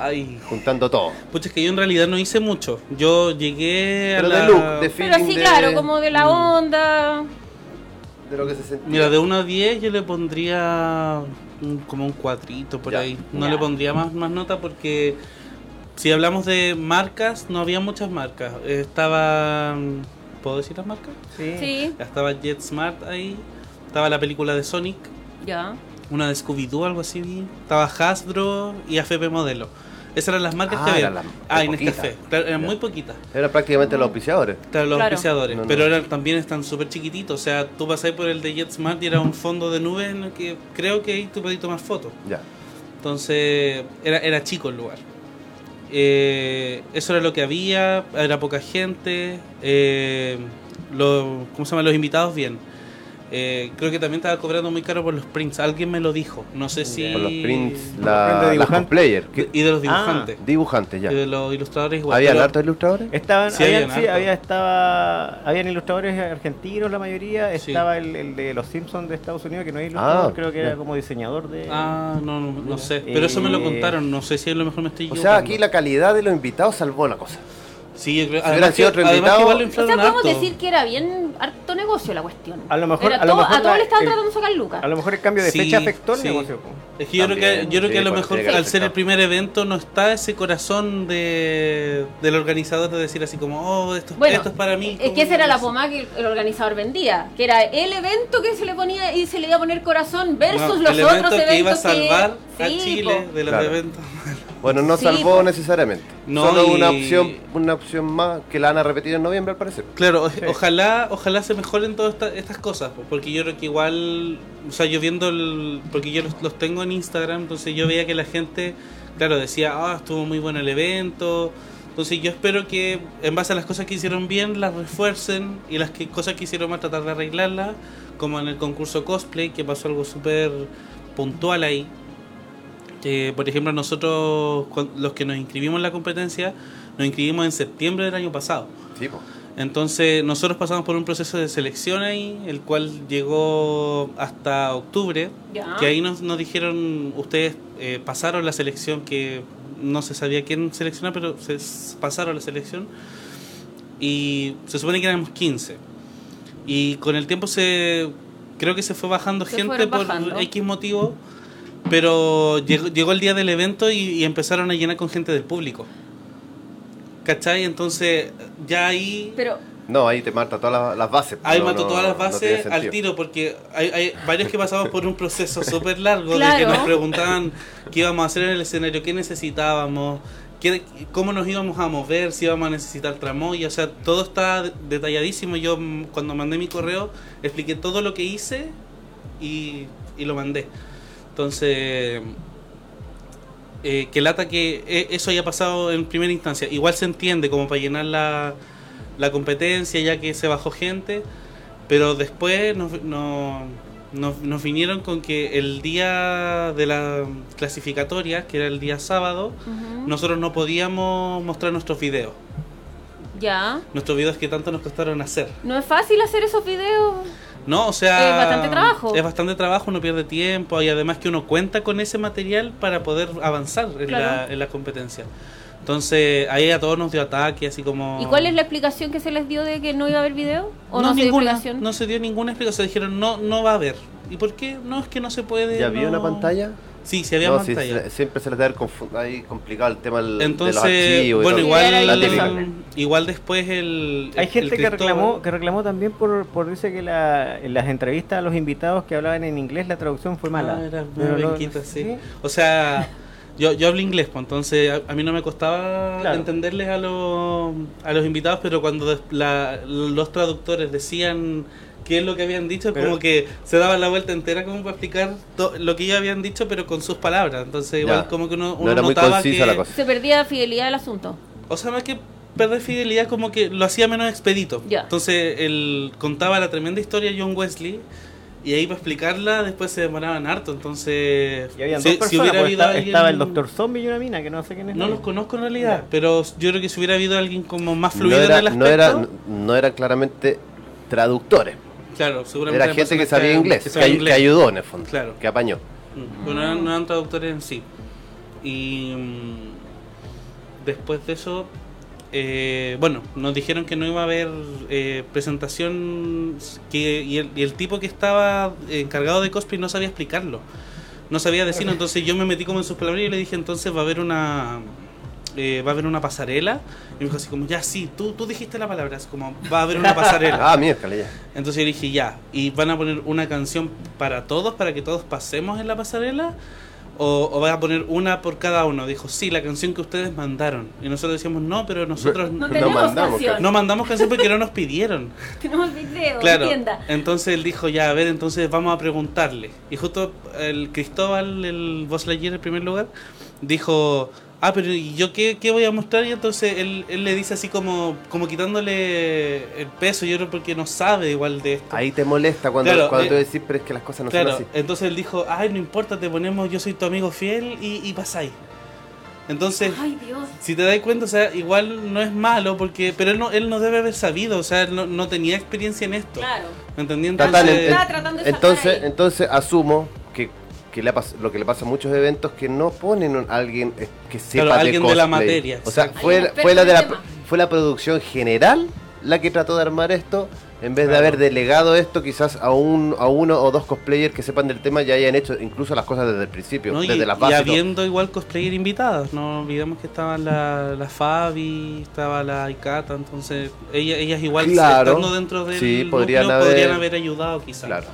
Ay,
Juntando todo.
pucha, es que yo en realidad no hice mucho. Yo llegué a
Pero
la...
de look, de
Pero
feeling,
así,
de,
claro, como de la onda.
de lo que se sentía.
Mira, de 1 a 10 yo le pondría un- como un cuatrito por
Ya.
ahí. No
Ya.
le pondría más, más nota porque si hablamos de marcas, no había muchas marcas. Estaba... ¿Puedo decir las marcas?
Sí,
Estaba JetSmart ahí. Estaba la película de Sonic.
ya.
Una de Scooby-Doo, algo así. vi. Estaba Hasbro y AFP Modelo. Esas eran las marcas
Ah,
que había.
eran las-
ah, en
muy
este café.
poquitas.
Claro, eran
Ya.
muy poquitas.
Eran prácticamente los auspiciadores.
Claro, los
Claro.
auspiciadores,
No, no.
pero ahora también están súper chiquititos. O sea, tú pasás por el de JetSmart y era un fondo de nubes en el que creo que ahí tú podías tomar fotos.
Ya.
Entonces, era, era chico el lugar. Eh, eso era lo que había, era poca gente. eh, lo- ¿Cómo se llama? Los invitados, bien. Eh, creo que también estaba cobrando muy caro por los prints. Alguien me lo dijo. No sé si.
Por los prints,
Por los prints
la,
de
las
dibujantes.
cosplayer.
De- Y de los dibujantes.
Dibujantes, ya.
Y de los ilustradores igual.
¿Habían
pero-
hartos ilustradores?
Estaban,
Sí,
habían,
habían
sí,
harto.
había, estaba, habían ilustradores argentinos la mayoría,
Sí.
estaba el, el de los Simpsons de Estados Unidos que no es ilustrador,
Ah,
creo que era
ya.
como diseñador de...
Ah, no, no, no sé. Pero eso me lo
Eh,
contaron. No sé si a lo mejor me estoy
O sea,
equivocando.
aquí la calidad de los invitados salvó la cosa.
Sí, yo creo.
hubieran
Además, que,
sido otro
además que
invitado-
igual
O
lo
sea,
inflaron
podemos
harto.
decir que era bien harto negocio la cuestión.
A lo mejor-
Era
a lo
todo-
mejor
todos
la-
le estaban
el-
tratando de sacar lucas.
A lo mejor el cambio de
Sí,
fecha afectó el
sí.
negocio. po.
Es que yo creo
También,
que, yo creo
sí,
que a lo
cuando
mejor
llega
al ser
afectado.
el primer evento no está ese corazón de, del organizador de decir así como, oh, esto,
Bueno,
esto es para mí.
Es que esa era la pomada que el- el organizador vendía, que era el evento que se le ponía y se le iba a poner corazón versus
versus
los
el
otros
evento
eventos
que iba a salvar
que-
a
Sí,
Chile
po.
de los
Claro.
eventos.
Bueno, no
Sí,
salvó
po.
necesariamente.
No,
Solo
y-
una opción una opción más que la van a repetir en noviembre, al parecer.
Claro, o- ojalá, ojalá se mejoren todas esta- estas cosas, po, porque yo creo que igual, o sea, yo viendo, el, porque yo los, los tengo en Instagram, entonces yo veía que la gente, claro, decía, ah, estuvo muy bueno el evento, entonces yo espero que en base a las cosas que hicieron bien las refuercen y las que, cosas que hicieron mal tratar de arreglarlas, como en el concurso cosplay, que pasó algo súper puntual ahí. Que, por ejemplo, nosotros, cuan- los que nos inscribimos en la competencia, nos inscribimos en septiembre del año pasado.
Sí, po.
Entonces nosotros pasamos por un proceso de selección ahí, el cual llegó hasta octubre,
Ya.
que ahí nos, nos dijeron, ustedes eh, pasaron la selección, que no se sabía quién seleccionar, pero se s- pasaron la selección, y se supone que éramos 15. Y con el tiempo se creo que se fue bajando
Se
gente
fueron
por
bajando.
X motivo, pero llegó, llegó el día del evento y, y empezaron a llenar con gente del público. ¿Cachai? Entonces ya ahí...
Pero
No, ahí te mata todas las, las bases.
Ahí
No,
mató
no,
todas las
no tiene
bases al
sentido.
tiro porque hay, hay varios que pasamos por un proceso súper largo de que
Claro.
nos preguntaban qué íbamos a hacer en el escenario, qué necesitábamos, qué- cómo nos íbamos a mover, si íbamos a necesitar tramoya, o sea, todo está detalladísimo. Yo mm, cuando mandé mi correo expliqué todo lo que hice y, y lo mandé. Entonces, eh, que lata que eh, eso haya pasado en primera instancia. Igual se entiende como para llenar la, la competencia, ya que se bajó gente, pero después nos, no- nos- nos vinieron con que el día de la clasificatoria, que era el día sábado,
Ujú.
nosotros no podíamos mostrar nuestros videos.
Ya.
Nuestros videos que tanto nos costaron hacer.
No es fácil hacer esos videos.
No, o sea...
Es bastante trabajo.
Es bastante trabajo, uno pierde tiempo y además que uno cuenta con ese material para poder avanzar en,
Claro.
la, en la competencia. Entonces, ahí a todos nos dio ataque, así como...
¿Y cuál es la explicación que se les dio de que no iba a haber video? ¿O no, se dio
ninguna,
explicación?
no se dio ninguna explicación. Dijeron, no, no va a haber. ¿Y por qué? No, es que no se puede...
¿Ya había
no-
una pantalla?
Sí, sí había
no, sí,
pantalla.
se- siempre se les da el confu- ahí complicado el tema del-
Entonces,
de los archivos. y
bueno,
todo.
igual,
Era
La típica.
igual después el...
Hay
el
gente que
Cristóbal-
reclamó, que reclamó también por, por dice que la- en las entrevistas a los invitados que hablaban en inglés la traducción fue mala.
Ah, era muy
Pero no-
benquita,
no sé,
sí. O sea, yo, yo hablo inglés, pues, entonces a, a mí no me costaba
Claro.
entenderles a los, a los invitados, pero cuando des- la- los traductores decían qué es lo que habían dicho,
Pero-
como que se daban la vuelta entera como para explicar to- lo que ellos habían dicho, pero con sus palabras. Entonces igual
Ya.
como que uno,
No
uno
era muy
notaba
concisa
que-
la cosa.
Se perdía fidelidad del asunto.
O sea, más que perder fidelidad, como que lo hacía menos expedito.
Ya.
Entonces él contaba la tremenda historia de John Wesley. Y ahí para explicarla después se demoraban harto, entonces...
Y habían
si-
dos
si
personas,
hubiera
pues,
habido
esta-
alguien-
estaba el doctor zombie y una mina que no sé quién es.
No los conozco en realidad, pero yo creo que si hubiera habido alguien como más
no,
fluido en
era,
el aspecto...
no, era, no eran claramente traductores.
claro, seguramente...
Era
eran
gente que
personas
sabía inglés, que,
que sabían
ay-
inglés.
que ayudó en el fondo,
Claro.
que apañó.
Mm, pero no eran, no eran traductores en sí. Y mm, después de eso, eh, bueno, nos dijeron que no iba a haber eh, presentación que, y, el, y el tipo que estaba encargado de cosplay no sabía explicarlo. No sabía decirlo, entonces yo me metí como en sus palabras y le dije, entonces va a haber una... eh, va a haber una pasarela y me dijo así como ya sí tú tú dijiste la palabra así como va a haber una pasarela
Ah, miércoles ya.
entonces yo dije, ya, ¿y van a poner una canción para todos, para que todos pasemos en la pasarela? ¿O, o van a poner una por cada uno? Dijo, sí, la canción que ustedes mandaron. Y nosotros decíamos, no, pero nosotros
No
no,
tenemos
mandamos,
canción.
mandamos canción porque no nos pidieron.
Tenemos video,
Claro.
entienda.
Entonces él dijo, ya, a ver, entonces vamos a preguntarle. Y justo el Cristóbal, el Boss Lightyear en primer lugar, dijo, ah, pero ¿y yo qué, qué voy a mostrar? Y entonces él, él le dice así como, como quitándole el peso, yo creo porque no sabe igual de esto.
Ahí te molesta cuando,
Claro,
cuando
eh,
tú decís, pero es que las cosas no
Claro,
son así.
entonces él dijo, ay, no importa, te ponemos yo soy tu amigo fiel y, y pasáis. Entonces,
Ay, Dios.
si te das cuenta, o sea, igual no es malo, porque pero él no, él no debe haber sabido, o sea, él no, no tenía experiencia en esto.
Claro.
¿Me entendí?
Está
Entonces,
tan en-
Estaba tratando de
entonces,
sacar ahí.
entonces asumo que, que le ha pas- lo que le pasa a muchos eventos que no ponen a alguien eh, que sepa
Claro, alguien
de,
de la
cosplay.
materia,
O sea,
exacto.
fue,
Alguien
la-
experto
fue la
en
de
el
la,
tema.
fue la producción general la que trató de armar esto. En vez
Claro.
de haber delegado esto quizás a un a uno o dos cosplayers que sepan del tema ya hayan hecho incluso las cosas desde el principio,
¿no? Y,
desde las
y
bases. y todo.
habiendo igual cosplayer invitadas, no olvidemos que estaban la, la Fabi, estaba la Icata, entonces ella- ellas igual
Claro.
estando dentro del
Sí, podrían
núcleo,
haber-
podrían haber ayudado quizás.
Claro.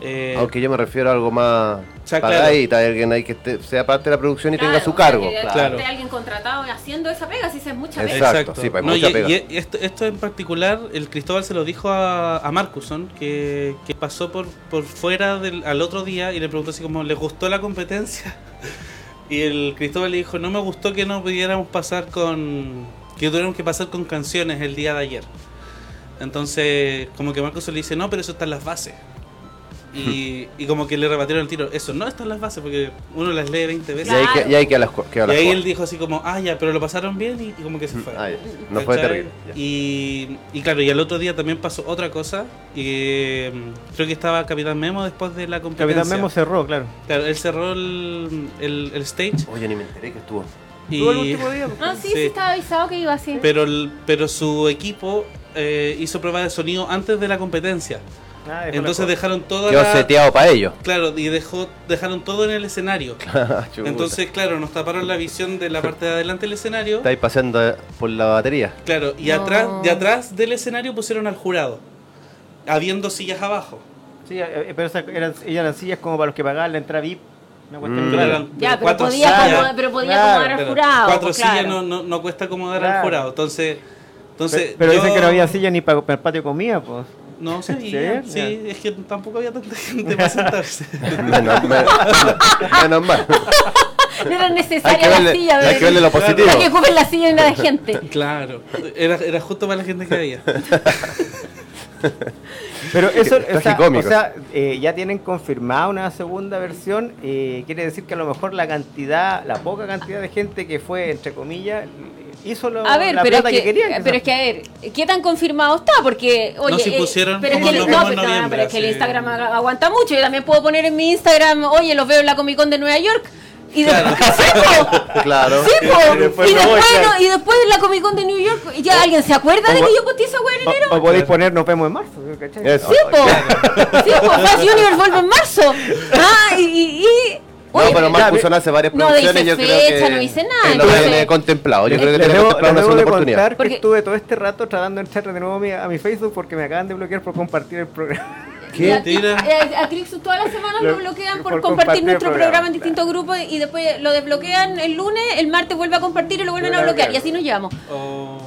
Eh,
Aunque yo me refiero a algo más
O sea,
para
claro.
ahí, tal, alguien ahí que esté- sea parte de la producción y
Claro,
tenga su
o sea,
cargo.
que
Claro.
esté alguien contratado haciendo esa pega, si esa es mucha pega.
Exacto, sí, pues, mucha
y-
pega.
y esto, esto en particular, el Cristóbal se lo dijo a, a Marcuson, que, que pasó por, por fuera del, al otro día y le preguntó así como, ¿les gustó la competencia? Y el Cristóbal le dijo, no me gustó que no pudiéramos pasar con... que tuviéramos que pasar con canciones el día de ayer. Entonces, como que Marcuson le dice, no, pero eso está en las bases. Y,
Hmm.
y como que le rebatieron el tiro, eso no está en las bases porque uno las lee 20
Y
veces.
ahí que,
Claro.
y ahí que a las, co- que a
Y
las
ahí
cosas.
él dijo así como, ah, ya, pero lo pasaron bien y, y como que se fue.
Ah, ya. No fue
¿Cachai?
terrible. ya.
Y, y claro, y al otro día también pasó otra cosa. Y, eh, creo que estaba Capitán Memo después de la competencia.
Capitán Memo cerró, claro.
Claro, él cerró el, el- el stage.
Oye, ni me enteré que estuvo.
Tuvo el
Y,
último día, pues.
Ah, sí,
Sí.
sí, estaba avisado que iba así.
pero, el- pero su equipo eh, hizo prueba de sonido antes de la competencia.
Nada, dejó
Entonces
la-
dejaron toda
Quedó
la...
seteado para ellos.
Claro, y dejó, dejaron todo en el escenario. Entonces, claro, nos taparon la visión de la parte de adelante del escenario.
Estáis paseando eh, por la batería.
Claro, y
No.
atrás, de atrás del escenario pusieron al jurado, habiendo sillas abajo.
Sí, eh, pero esa- eran, ellas eran sillas como para los que pagaban la entrada VIP. Una cuestión
Mm.
rara.
Claro,
ya, pero
cuatro
podía,
sillas-
acomodar, pero podía
claro,
acomodar al
claro,
jurado.
Cuatro
pues, claro.
sillas no, no, no cuesta acomodar al
Claro.
jurado, entonces... entonces
Pe- pero
yo-
dicen que no había silla ni para, el patio comía, pues.
No, se veía,
¿Sí?
sí, es que tampoco había tanta gente para sentarse.
Menos, menos- menos mal.
No era
Hay que
necesaria la
verle,
silla,
hay que verle lo positivo.
Para que ocupen la silla llena de gente.
Claro, era, era justo para la gente que había.
Pero eso, o sea, o
Tragicómicos.
sea, eh, ya tienen confirmada una segunda versión. eh, quiere decir que a lo mejor la cantidad, la poca cantidad de gente que fue, entre comillas, hizo lo,
A ver,
la
pero es,
plata
que,
que, querían. quizás.
pero es que, a ver, ¿qué tan confirmado está? Porque, oye,
si
eh,
pusieron
pero, es
como
que,
lo
el-
mismo
no,
en
pero- no,
noviembre,
pero es que el
sí.
Instagram ag- aguanta mucho. Yo también puedo poner en mi Instagram, oye, los veo en la Comic Con de Nueva York. Y
Claro.
después, ¡Sí, po!
Claro.
Sí,
Y
po.
después
Y después,
me voy,
no,
claro.
y después en la Comic Con de New York, ¿y
Oh,
¿ya alguien se acuerda de
o-
que yo posté esa weá en enero?
o, o podéis poner nos vemos en marzo, ¿cachai?
oh,
Eso.
Sí, pues. po. Sí, po. Fast Universe vuelve en marzo. Ah, y. y, y-
No,
oye,
pero
ya,
Mark Cuson hace varias
no dice
producciones. yo creo
fecha,
que
no dice nada,
que Lo
entonces-
tiene contemplado. Yo creo que
Eh, Les
tiene
debo,
contemplado
les
una
debo
segunda
de
oportunidad.
contar que
Porque-
estuve todo este rato tratando de entrar de nuevo a mi, a mi Facebook porque me acaban de bloquear por compartir el programa.
¿Qué?
Y a-
Tira.
A, a Trixus todas las semanas
Lo-
lo bloquean por,
por
compartir
compartir
nuestro
el
programa,
programa,
en distintos grupos y después lo desbloquean el lunes, el martes vuelve a compartir y lo vuelven a
Vuelve a
bloquear y
bloquear.
así nos llevamos.
O-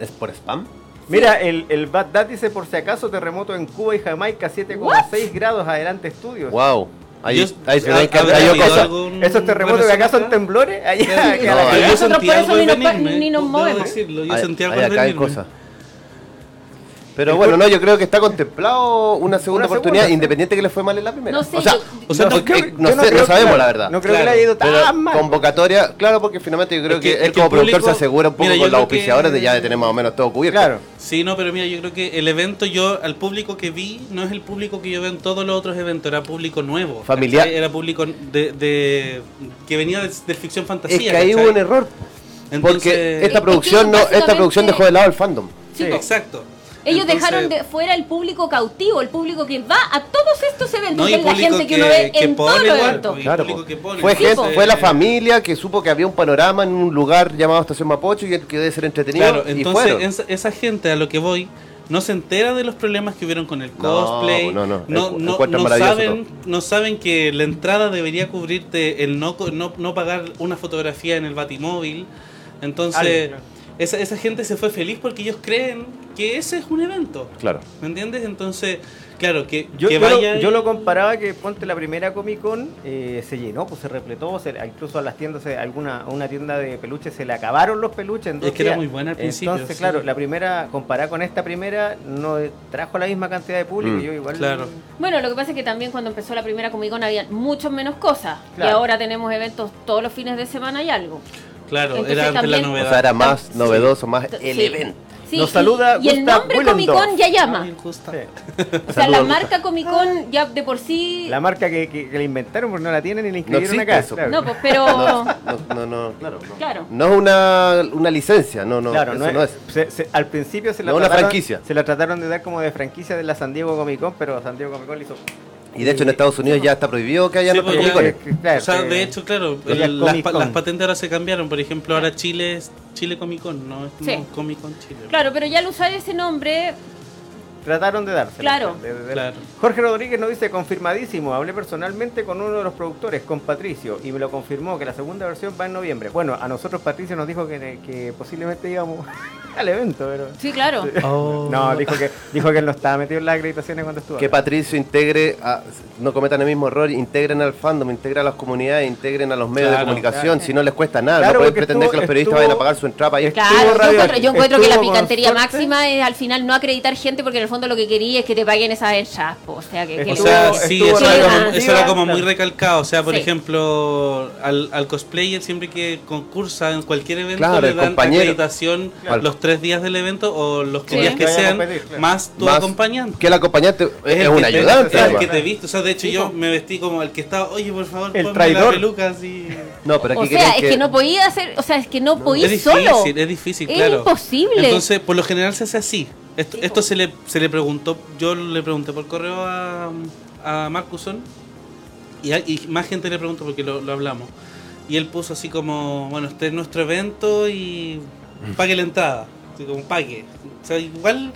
¿Es por spam?
Mira, el, el Bad Dad dice por si acaso terremoto en Cuba y Jamaica 7,6 grados adelante estudios.
Wow. Ahí,
Dios,
ahí se
¿ha-
ven que
habrá
hay
habido
cosas.
algún-
Esos terremotos que acá son
relación acá?
temblores, allá que a la
No, eh,
calle.
ahí-
yo
Nosotros
sentí
por eso
algo
ni
de
nos pa-
venirme,
ni nos
debo
movemos.
decirlo, yo
Ahí-
sentí algo
ahí
de
acá hay
venirme.
cosas. Pero bueno, no, yo creo que está contemplado
Una
una segunda
segunda,
oportunidad,
sí.
independiente que le fue mal en la primera.
No sé,
o sea,
yo-
o sea,
yo
no,
no creo-
eh, no
yo
sé,
creo
no
que-
sabemos la verdad.
No creo que
Claro,
le haya ido tan
Pero
mal.
convocatoria, claro, porque finalmente yo creo
Es
que,
que-
él
es que
como
el público-
productor se asegura un poco
Mira, yo
con los
creo que-
auspiciadores de ya de tener más o menos todo cubierto.
Claro.
Sí, no, pero mira, yo creo que el evento, yo, al público que vi, no es el público que yo veo en todos los otros eventos, era público nuevo.
Familiar.
¿cachai? Era público de, de- que venía de, de ficción fantasía.
Es que ahí hubo
¿cachai?
un error. Porque
Entonces-
esta
que
producción no, esta
básicamente-
producción dejó de lado el fandom.
Sí,
Sí.
po.
Exacto.
Ellos
Entonces-
dejaron de fuera el público cautivo, el público que va a todos estos eventos,
No, y
que es la
público
gente que, uno ve
que
en
pone
todos los
igual, pues.
eventos.
po. El
Claro,
público
po.
que pone.
fue,
Sí,
gente-
po.
fue la familia que supo que había un panorama en un lugar llamado Estación Mapocho y él quedó de ser entretenido.
Claro,
y
entonces
fueron.
esa, esa gente a lo que voy no se entera de los problemas que hubieron con el
No,
cosplay.
no, no,
no,
encu-
no-
encuentran
no
maravilloso
saben, no saben que la entrada debería cubrirte el no, co- no, no pagar una fotografía en el Batimóvil. Entonces, esa, esa gente se fue feliz porque ellos creen que ese es un evento.
Claro.
¿Me entiendes? Entonces, claro, que,
Yo, yo
que
lo-
vaya.
yo lo comparaba que ponte la primera Comic Con eh, se llenó, pues se repletó, se- incluso a las tiendas, se- alguna, a una tienda de peluches se le acabaron los peluches. en dos
Es que era
días.
muy buena al principio,
Entonces,
sí.
claro, la primera, comparada con esta primera, no trajo la misma cantidad de público.
Mm.
Yo igual.
Claro.
Bueno, lo que pasa es que también cuando empezó la primera Comic Con había muchas menos cosas
Claro.
y ahora tenemos eventos todos los fines de semana y algo.
claro,
entonces
era antes
también-
la
O
novedad.
sea, era más novedoso, más el
Sí.
evento.
Sí,
Nos
y-
saluda
y, el
Gustav
nombre
Willendorf.
Comic Con ya llama.
Ay, justa.
Sí.
O sea, la
Saludos,
marca Comic Con ya de por sí.
La marca que, que, que la inventaron, pues no la tienen ni la inscribieron
existe
acá.
eso.
claro.
No, pues, pero.
No, no, no, no, claro. No,
Claro.
No es una, una licencia, no, no,
Claro,
eso
no es,
no es.
se- se- al principio se la,
No es una
trataron,
franquicia.
se la trataron de dar como de franquicia de la San Diego Comic Con, pero San Diego Comic Con le hizo.
Y de hecho en Estados Unidos ya está prohibido que haya
Sí,
los
pues
ya-
comicones.
Claro,
o sea,
que-
de hecho, claro,
que ya
el- las,
Comic
pa-
Con.
las patentes ahora se cambiaron. Por ejemplo, ahora Chile es Chile Comic Con, no es como
Sí.
Comic Con Chile.
Claro, pero ya al usar ese nombre.
Trataron de dársela. pues,
Claro.
De- de- de-
Claro.
Jorge Rodríguez nos dice, confirmadísimo, hablé personalmente con uno de los productores, con Patricio, y me lo confirmó que la segunda versión va en noviembre. Bueno, a nosotros Patricio nos dijo que, que posiblemente íbamos al evento, pero...
Sí, claro.
Oh.
No, dijo que, dijo que él no estaba metido en las acreditaciones cuando estuvo.
Que
acá.
Patricio integre, a- no cometan el mismo error, integren al fandom, integren a las comunidades, integren a los medios de
Claro.
comunicación, si no les cuesta nada,
Claro,
no pueden
porque
pretender
estuvo-
que los periodistas
estuvo-
vayan a pagar su entrada para ir.
Estuvo
Claro, yo
radiante.
encuentro, yo encuentro que la
Estuvo con
picantería
suerte.
máxima es al final no acreditar gente porque en el fondo lo que quería es que te paguen esas entradas. po. O sea, que, que
O
Estuvo-
sea,
estuvo
sí, eso era, como,
radioactiva,
eso era como
claro.
muy recalcado. O sea, por
Sí.
ejemplo, al, al cosplayer siempre que concursa en cualquier evento
Claro,
le
el
dan
compañero.
acreditación
Claro.
los tres días del evento o los
Sí.
días que
Que vaya a
sean,
competir, claro.
más tu
Más
acompañante.
Que el acompañante es,
el
un
que te-
ayudante.
Es el
además.
que te viste. O sea, de hecho,
Sí,
yo
po.
me vestí como el que estaba, oye, por favor,
El
ponme
traidor.
la peluca así.
No, pero
O
aquí
sea,
querían
es que no podía hacer. O sea, es que no podía
Es
ir
difícil,
solo.
es difícil,
Es
claro.
imposible.
Entonces, por lo general se hace así. Esto, esto se, le, se le preguntó, yo le pregunté por correo a, a Marcuson y, a- y más gente le preguntó porque lo, lo hablamos. Y él puso así como, bueno, este es nuestro evento y pague la entrada. Así como, pague. O sea, igual...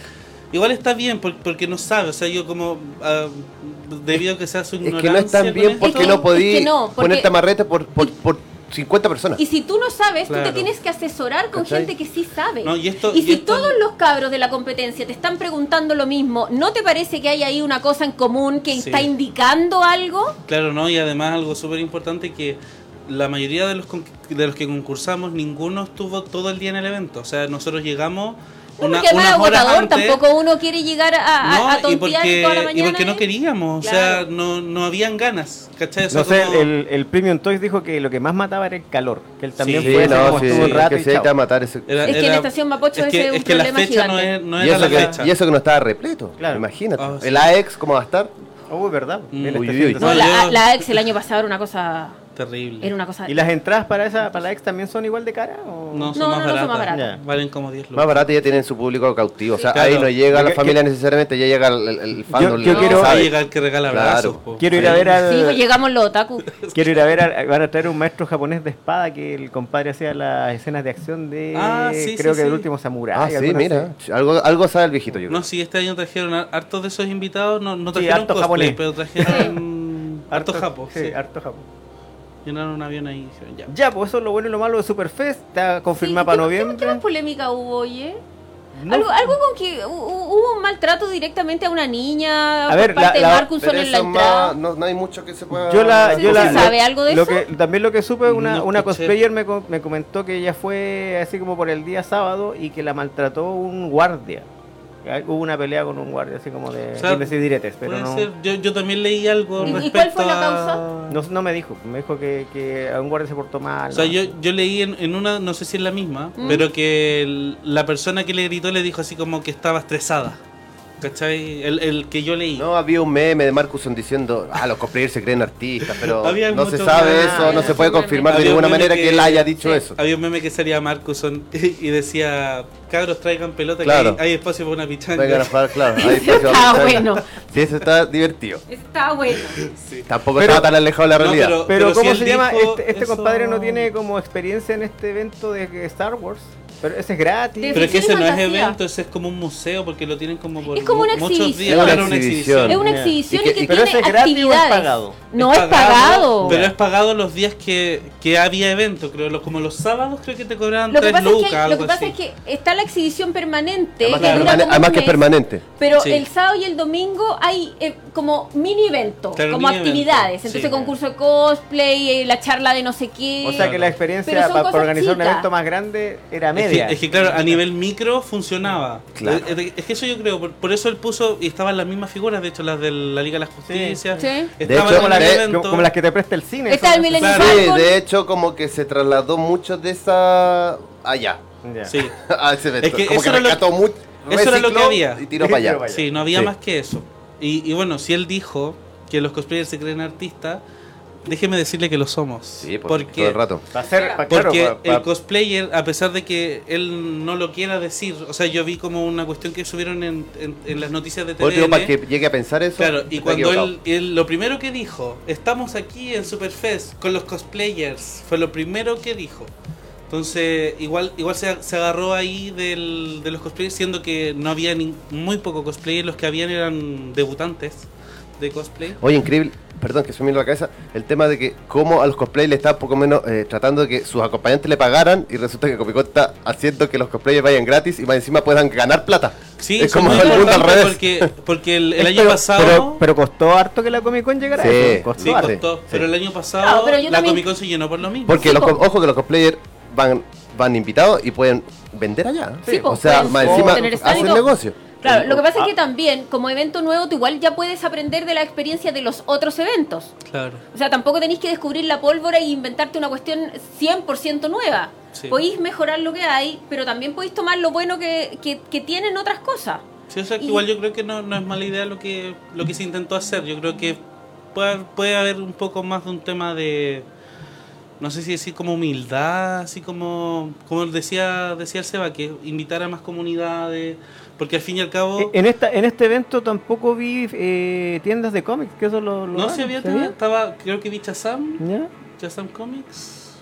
Igual está bien por- porque no sabe, o sea, yo como ah, debido a que se hace
Es
ignorancia
que no es tan
con
bien
esto-
porque
Es que-
no podí
es que no, porque-
ponerte amarrete por, por, por 50 personas.
Y si tú no sabes, tú
Claro.
te tienes que asesorar con
¿Cachai?
gente que sí sabe.
No, y esto- y
si
esto-
todos los cabros de la competencia te están preguntando lo mismo, ¿no te parece que hay ahí una cosa en común que
Sí.
está indicando algo?
Claro, no, y además algo súper importante que la mayoría de los, con- de los que concursamos, ninguno estuvo todo el día en el evento. O sea, nosotros llegamos
No,
una,
porque además es
unas horas
agotador,
antes.
tampoco uno quiere llegar a, a,
No,
a tontear
y
toda la
porque,
mañana.
y porque no
¿eh?
queríamos, o
Claro.
sea, no, no habían ganas, ¿cachai? O sea,
No sé,
como-
el, el Premium Toys dijo que lo que más mataba era el calor. Que él también
Sí,
fue
Sí,
así
no,
como
sí,
estuvo un
es
rato
que
y
se hay
chao.
que amatar ese...
era-
Es que en
era-
Estación Mapocho
es
ese
que,
es un
es que la
problema
fecha no,
gigante.
es- no
y,
era
eso
la
que,
fecha.
y eso que no estaba repleto,
Claro.
imagínate.
Ah, sí.
El AEX, ¿cómo va a estar?
Oh, es verdad. Él
Mm.
está
Uy,
haciendo
uy, uy.
eso.
No,
No,
la,
yo-
la ex el año pasado era una cosa.
Terrible.
Era una cosa.
¿Y las entradas para esa para la ex también son igual de cara? O...
No, son
No,
más
no, no, son
baratas.
más baratas.
Ya.
Valen como 10
Más
lucas.
barato y ya tienen su público cautivo. O sea,
Sí.
ahí
Claro.
no llega
Yo
la
que-
familia necesariamente, ya llega el, el- el fandom.
yo
el-
quiero-
el-
Va a
¿sabes?
llegar que regala
Claro.
abrazos. po.
Quiero ir a ver al.
Sí, pues llegamos los otaku.
Quiero ir a ver, a- van a traer un maestro japonés de espada que el compadre hacía las escenas de acción de,
Ah, sí,
creo
sí,
que
sí.
el último samurái.
Ah, sí,
alguna
mira.
así.
Algo, algo sabe el viejito, yo creo.
No, sí, este año trajeron a- hartos de esos invitados. No, no
Sí,
trajeron
harto
cosplay,
japonés.
pero trajeron harto japo.
Sí,
Sí,
harto japo.
Llenaron un avión ahí. y dijeron, ya.
Ya, pues eso es lo bueno y lo malo de Superfest, está confirmada
Sí,
para
¿qué- ¿Qué
noviembre.
más polémica hubo, oye?
No,
Algo, algo con que hu- hu- hubo un maltrato directamente a una niña
A
por
ver, la-
parte
la-
de Marcus
Pero
en la
eso
entrada.
más- no, no hay mucho que se pueda...
Yo la, yo
¿Se
la,
sabe
lo-
algo de
lo
eso?
que- también lo que supe, una,
No
una
escuché.
cosplayer me, co- me comentó que ella fue así como por el día sábado y que la maltrató un guardia. Ah, Hubo una pelea con un guardia así como de
O sea,
sin decir diretes, pero
Puede
no,
ser. Yo, yo también leí algo
¿Y- y cuál
respecto
fue la
a-
causa?
no no me dijo, me dijo que, que a un guardia se portó mal.
O sea,
¿no?
yo, yo leí en, en una, no sé si es la misma,
¿Mm?
pero que el- la persona que le gritó le dijo así como que estaba estresada. ¿Cachai? El, el que yo leí.
No, había un meme de Marcuson diciendo, ah, los cosplayers se creen artistas, pero
Había
no se
mucho
sabe
meme.
eso, no se puede confirmar de
Había un
ninguna
meme
manera
que-
que él haya dicho
Sí.
eso.
Había un meme que salía Marcuson y decía, cabros traigan pelota
Claro.
que hay, hay espacio para una pichanga.
Vengan a jugar, claro. ahí pasó
Está
la-
bueno.
Sí, eso está divertido.
Está bueno.
Tampoco
Pero-
estaba tan alejado de la
No,
realidad.
pero-
Pero,
si
¿cómo
él
se llama?
dijo
Este, este
eso-
compadre no tiene como experiencia en este evento de Star Wars. Pero ese es gratis.
De-
Pero es que ese
Definición
no
y
es
fantasía.
evento, ese es como un museo porque lo tienen como por
Es como una
mu- muchos
exhibición.
días.
Es una
Claro, una
exhibición.
Es una
Ya.
exhibición y
¿Y qué-
que
y- pero
tiene
ese es gratis o es
actividades.
pagado?
No es pagado.
Pero es pagado los días que, que había evento, creo. los- Como los sábados creo que te cobraban
Lo que
3
pasa,
lucas,
es, que, hay- lo
algo
que pasa
así.
es que está la exhibición permanente, que
Además, que,
Claro.
es
dura
permane-
como un
además que es
mes,
permanente.
pero
Sí.
el sábado y el domingo hay eh, como mini eventos,
Claro,
como
mini evento.
actividades.
Sí.
Entonces concurso de cosplay, eh, la charla de no sé qué.
o sea que la
Pero
experiencia
son
pa- para
cosas
organizar un
chicas.
evento más grande era
Es que,
media.
es que, claro, a nivel micro funcionaba.
Claro.
Es, es- es que eso yo creo, por, por eso él puso, y estaban las mismas figuras, de hecho, las de la Liga de la Justicia.
Sí. Sí.
De
Estaban
hecho,
en
como, la-
el
de-
como-
evento.
como las que te presta el cine.
Está
son
el
esas.
Millennium
Claro.
Sí,
Falcon.
de hecho, como que se trasladó mucho de esa allá.
Ya.
Sí.
A ese evento.
Es que
como
eso
que
era lo-
rescató mucho.
eso era lo que
recicló
había.
Y tiró para allá.
Vaya.
Sí, no había
Sí.
más que eso. Y, y bueno, si él dijo que los cosplayers se creen artistas, déjeme decirle que lo somos.
Sí, por,
porque
todo el rato.
Va a ser, pa- claro,
Porque
pa- pa-
el cosplayer, a pesar de que él no lo quiera decir, o sea, yo vi como una cuestión que subieron en, en- en las noticias de
Por último, para
TVN.
que llegue a pensar eso.
Claro, y
está
cuando
equivocado.
él, él- lo primero que dijo, estamos aquí en Superfest con los cosplayers, fue lo primero que dijo. Entonces, igual igual se, se agarró ahí del- de los cosplayers, siendo que no había ni- muy poco cosplay, los que habían eran debutantes de cosplay.
Oye, increíble, perdón que se me vino a la cabeza, el tema de que cómo a los cosplay le está poco menos eh, tratando de que sus acompañantes le pagaran y resulta que Comic Con está haciendo que los cosplayers vayan gratis y más encima puedan ganar plata.
Sí,
es
eso
como
muy
el mundo al
importante
revés.
Porque, porque el, el
Eh,
año
pero-
pasado...
Pero, pero costó harto que la Comic Con llegara.
Sí.
a eso, costó
Sí,
harto.
costó,
sí.
pero el año
Claro,
pasado
pero yo
la
también-
Comic Con se llenó por lo mismo.
Porque
Sí,
los, co-
po.
ojo que los cosplayers van van invitados y pueden vender allá.
Sí, po,
o sea,
pueden
más
tener
encima
stand y
hacen
todo.
negocio.
Claro, lo que pasa es que
Ah.
también, como evento nuevo, tú igual ya puedes aprender de la experiencia de los otros eventos.
Claro.
O sea, tampoco tenéis que descubrir la pólvora e inventarte una cuestión 100% nueva.
Sí.
Podéis mejorar lo que hay, pero también podéis tomar lo bueno que, que- que tienen otras cosas.
Sí, o sea, que
Y-
igual yo creo que no, no es mala idea lo que, lo que se intentó hacer. Yo creo que puede, puede haber un poco más de un tema de, no sé si decir como humildad, así como, como decía, decía el Seba, que invitar a más comunidades, porque al fin y al cabo...
En, esta, en este evento tampoco vi eh, tiendas de cómics, que eso lo... lo
no
dan,
se había, estaba, creo que vi Chazam,
¿Ya?
Chazam Comics.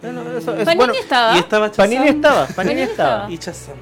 Bueno, eso es-
Panini
bueno,
estaba.
Y estaba Chazam.
Panini estaba, Panini
Panini
estaba.
estaba.
Y Chazam.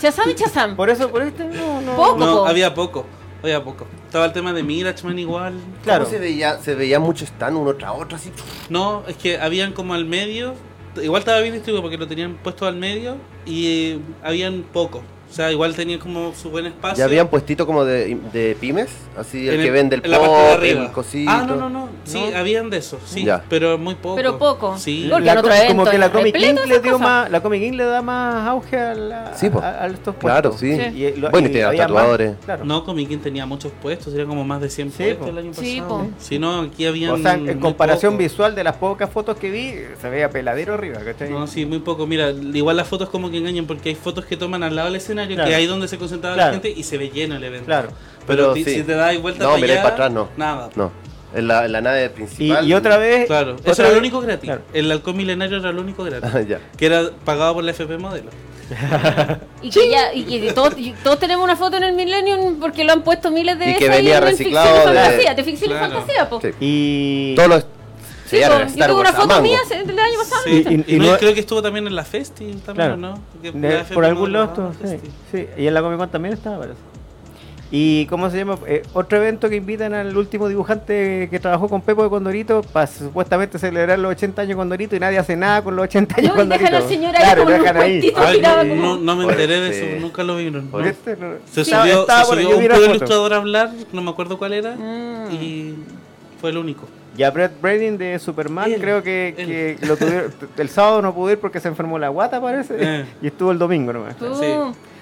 Chazam y Chazam.
Por eso, por este no, no-
Poco.
No, había poco, había poco. Estaba el tema de Mirachman igual.
Claro.
¿Cómo se veía, se veía mucho stand uno tras otro así.
No, es que habían como al medio. Igual estaba bien distribuido porque lo tenían puesto al medio y eh, habían poco. O sea, igual tenía como su buen espacio.
¿Ya habían puestito como de, de pymes? Así, el,
En
que vende el
en la parte de
pop,
arriba.
el cosito.
Ah, no, no, no. Sí,
¿No?
habían de esos, sí.
Ya.
Pero muy poco.
Pero poco.
Sí.
Porque
La
en
co-
otro evento
como que la
es
Comic
repleto
Inc
de
le
esas
dio
cosas.
más, la Comic Inc le da más auge a, la-
Sí, po.
a- a estos puestos.
Claro, sí.
Sí.
Y, eh, lo-
Bueno, y tenía
había más,
tatuadores.
claro.
No, Comic Con tenía muchos puestos, era como más de 100
Sí,
puestos
po.
el año pasado.
Sí, po.
Si no, aquí habían.
o sea, en
muy
comparación
poco.
visual de las pocas fotos que vi, se veía peladero arriba, ¿cachai?
No, sí, muy poco. Mira, igual las fotos como que engañan porque hay fotos que toman al lado del escenario,
Claro.
que ahí donde se concentraba la
Claro.
gente y se ve lleno el evento.
Claro.
Pero
Pero, ti-
sí.
si te das vuelta
No,
para
miráis
allá,
para atrás, no.
Nada.
No. En la, en la nave
Y,
principal.
y otra vez.
Claro,
otra
eso era lo
vez-
único gratis.
claro.
El halcón milenario era lo único gratis.
Ah, ya.
que era pagado por la FP Modelo.
Y que, ya, y que todos, y todos tenemos una foto en el Millennium porque lo han puesto miles de
Y que
veces ahí
venía
en el
reciclado
Ficción y
de-
Fantasía, de ficción
Claro.
y fantasía, po.
Sí.
Y.
Todos los.
Sí,
se
po,
llaman
Yo
Star
tuve una
Wars a
foto
mango.
mía se- del año pasado.
Sí.
Y-
Y,
y
no,
no-
creo que estuvo también en la Festi también,
Claro.
¿no? Que
de-
la FP
por algún
Modelo
lado,
daba
esto, sí,
Festi.
sí. Y en la Comic Con también estaba, parece. Y cómo se llama, Eh, otro evento que invitan al último dibujante que trabajó con Pepo de Condorito para supuestamente celebrar los 80 años de Condorito y nadie hace nada con los 80 años de
No, y
Condorito.
dejan al señor ahí
Claro,
como
lo
en un
dejan ahí.
cuentito
Ay,
tirado
no,
como-
Ah, no, no me enteré de
Pobrecito.
eso, nunca lo vieron. no.
Este no-
Se
estaba-
subió,
estaba
se
por ahí,
subió
yo vi
un
la
puro
foto.
ilustrador a hablar, no me acuerdo cuál era,
Mm.
y fue el único.
Y a Brett Bradin de Superman,
Él,
creo que,
él.
que lo tuvieron- el sábado no pudo ir porque se enfermó la guata, parece.
Eh.
Y estuvo el domingo nomás.
Tú.
Sí.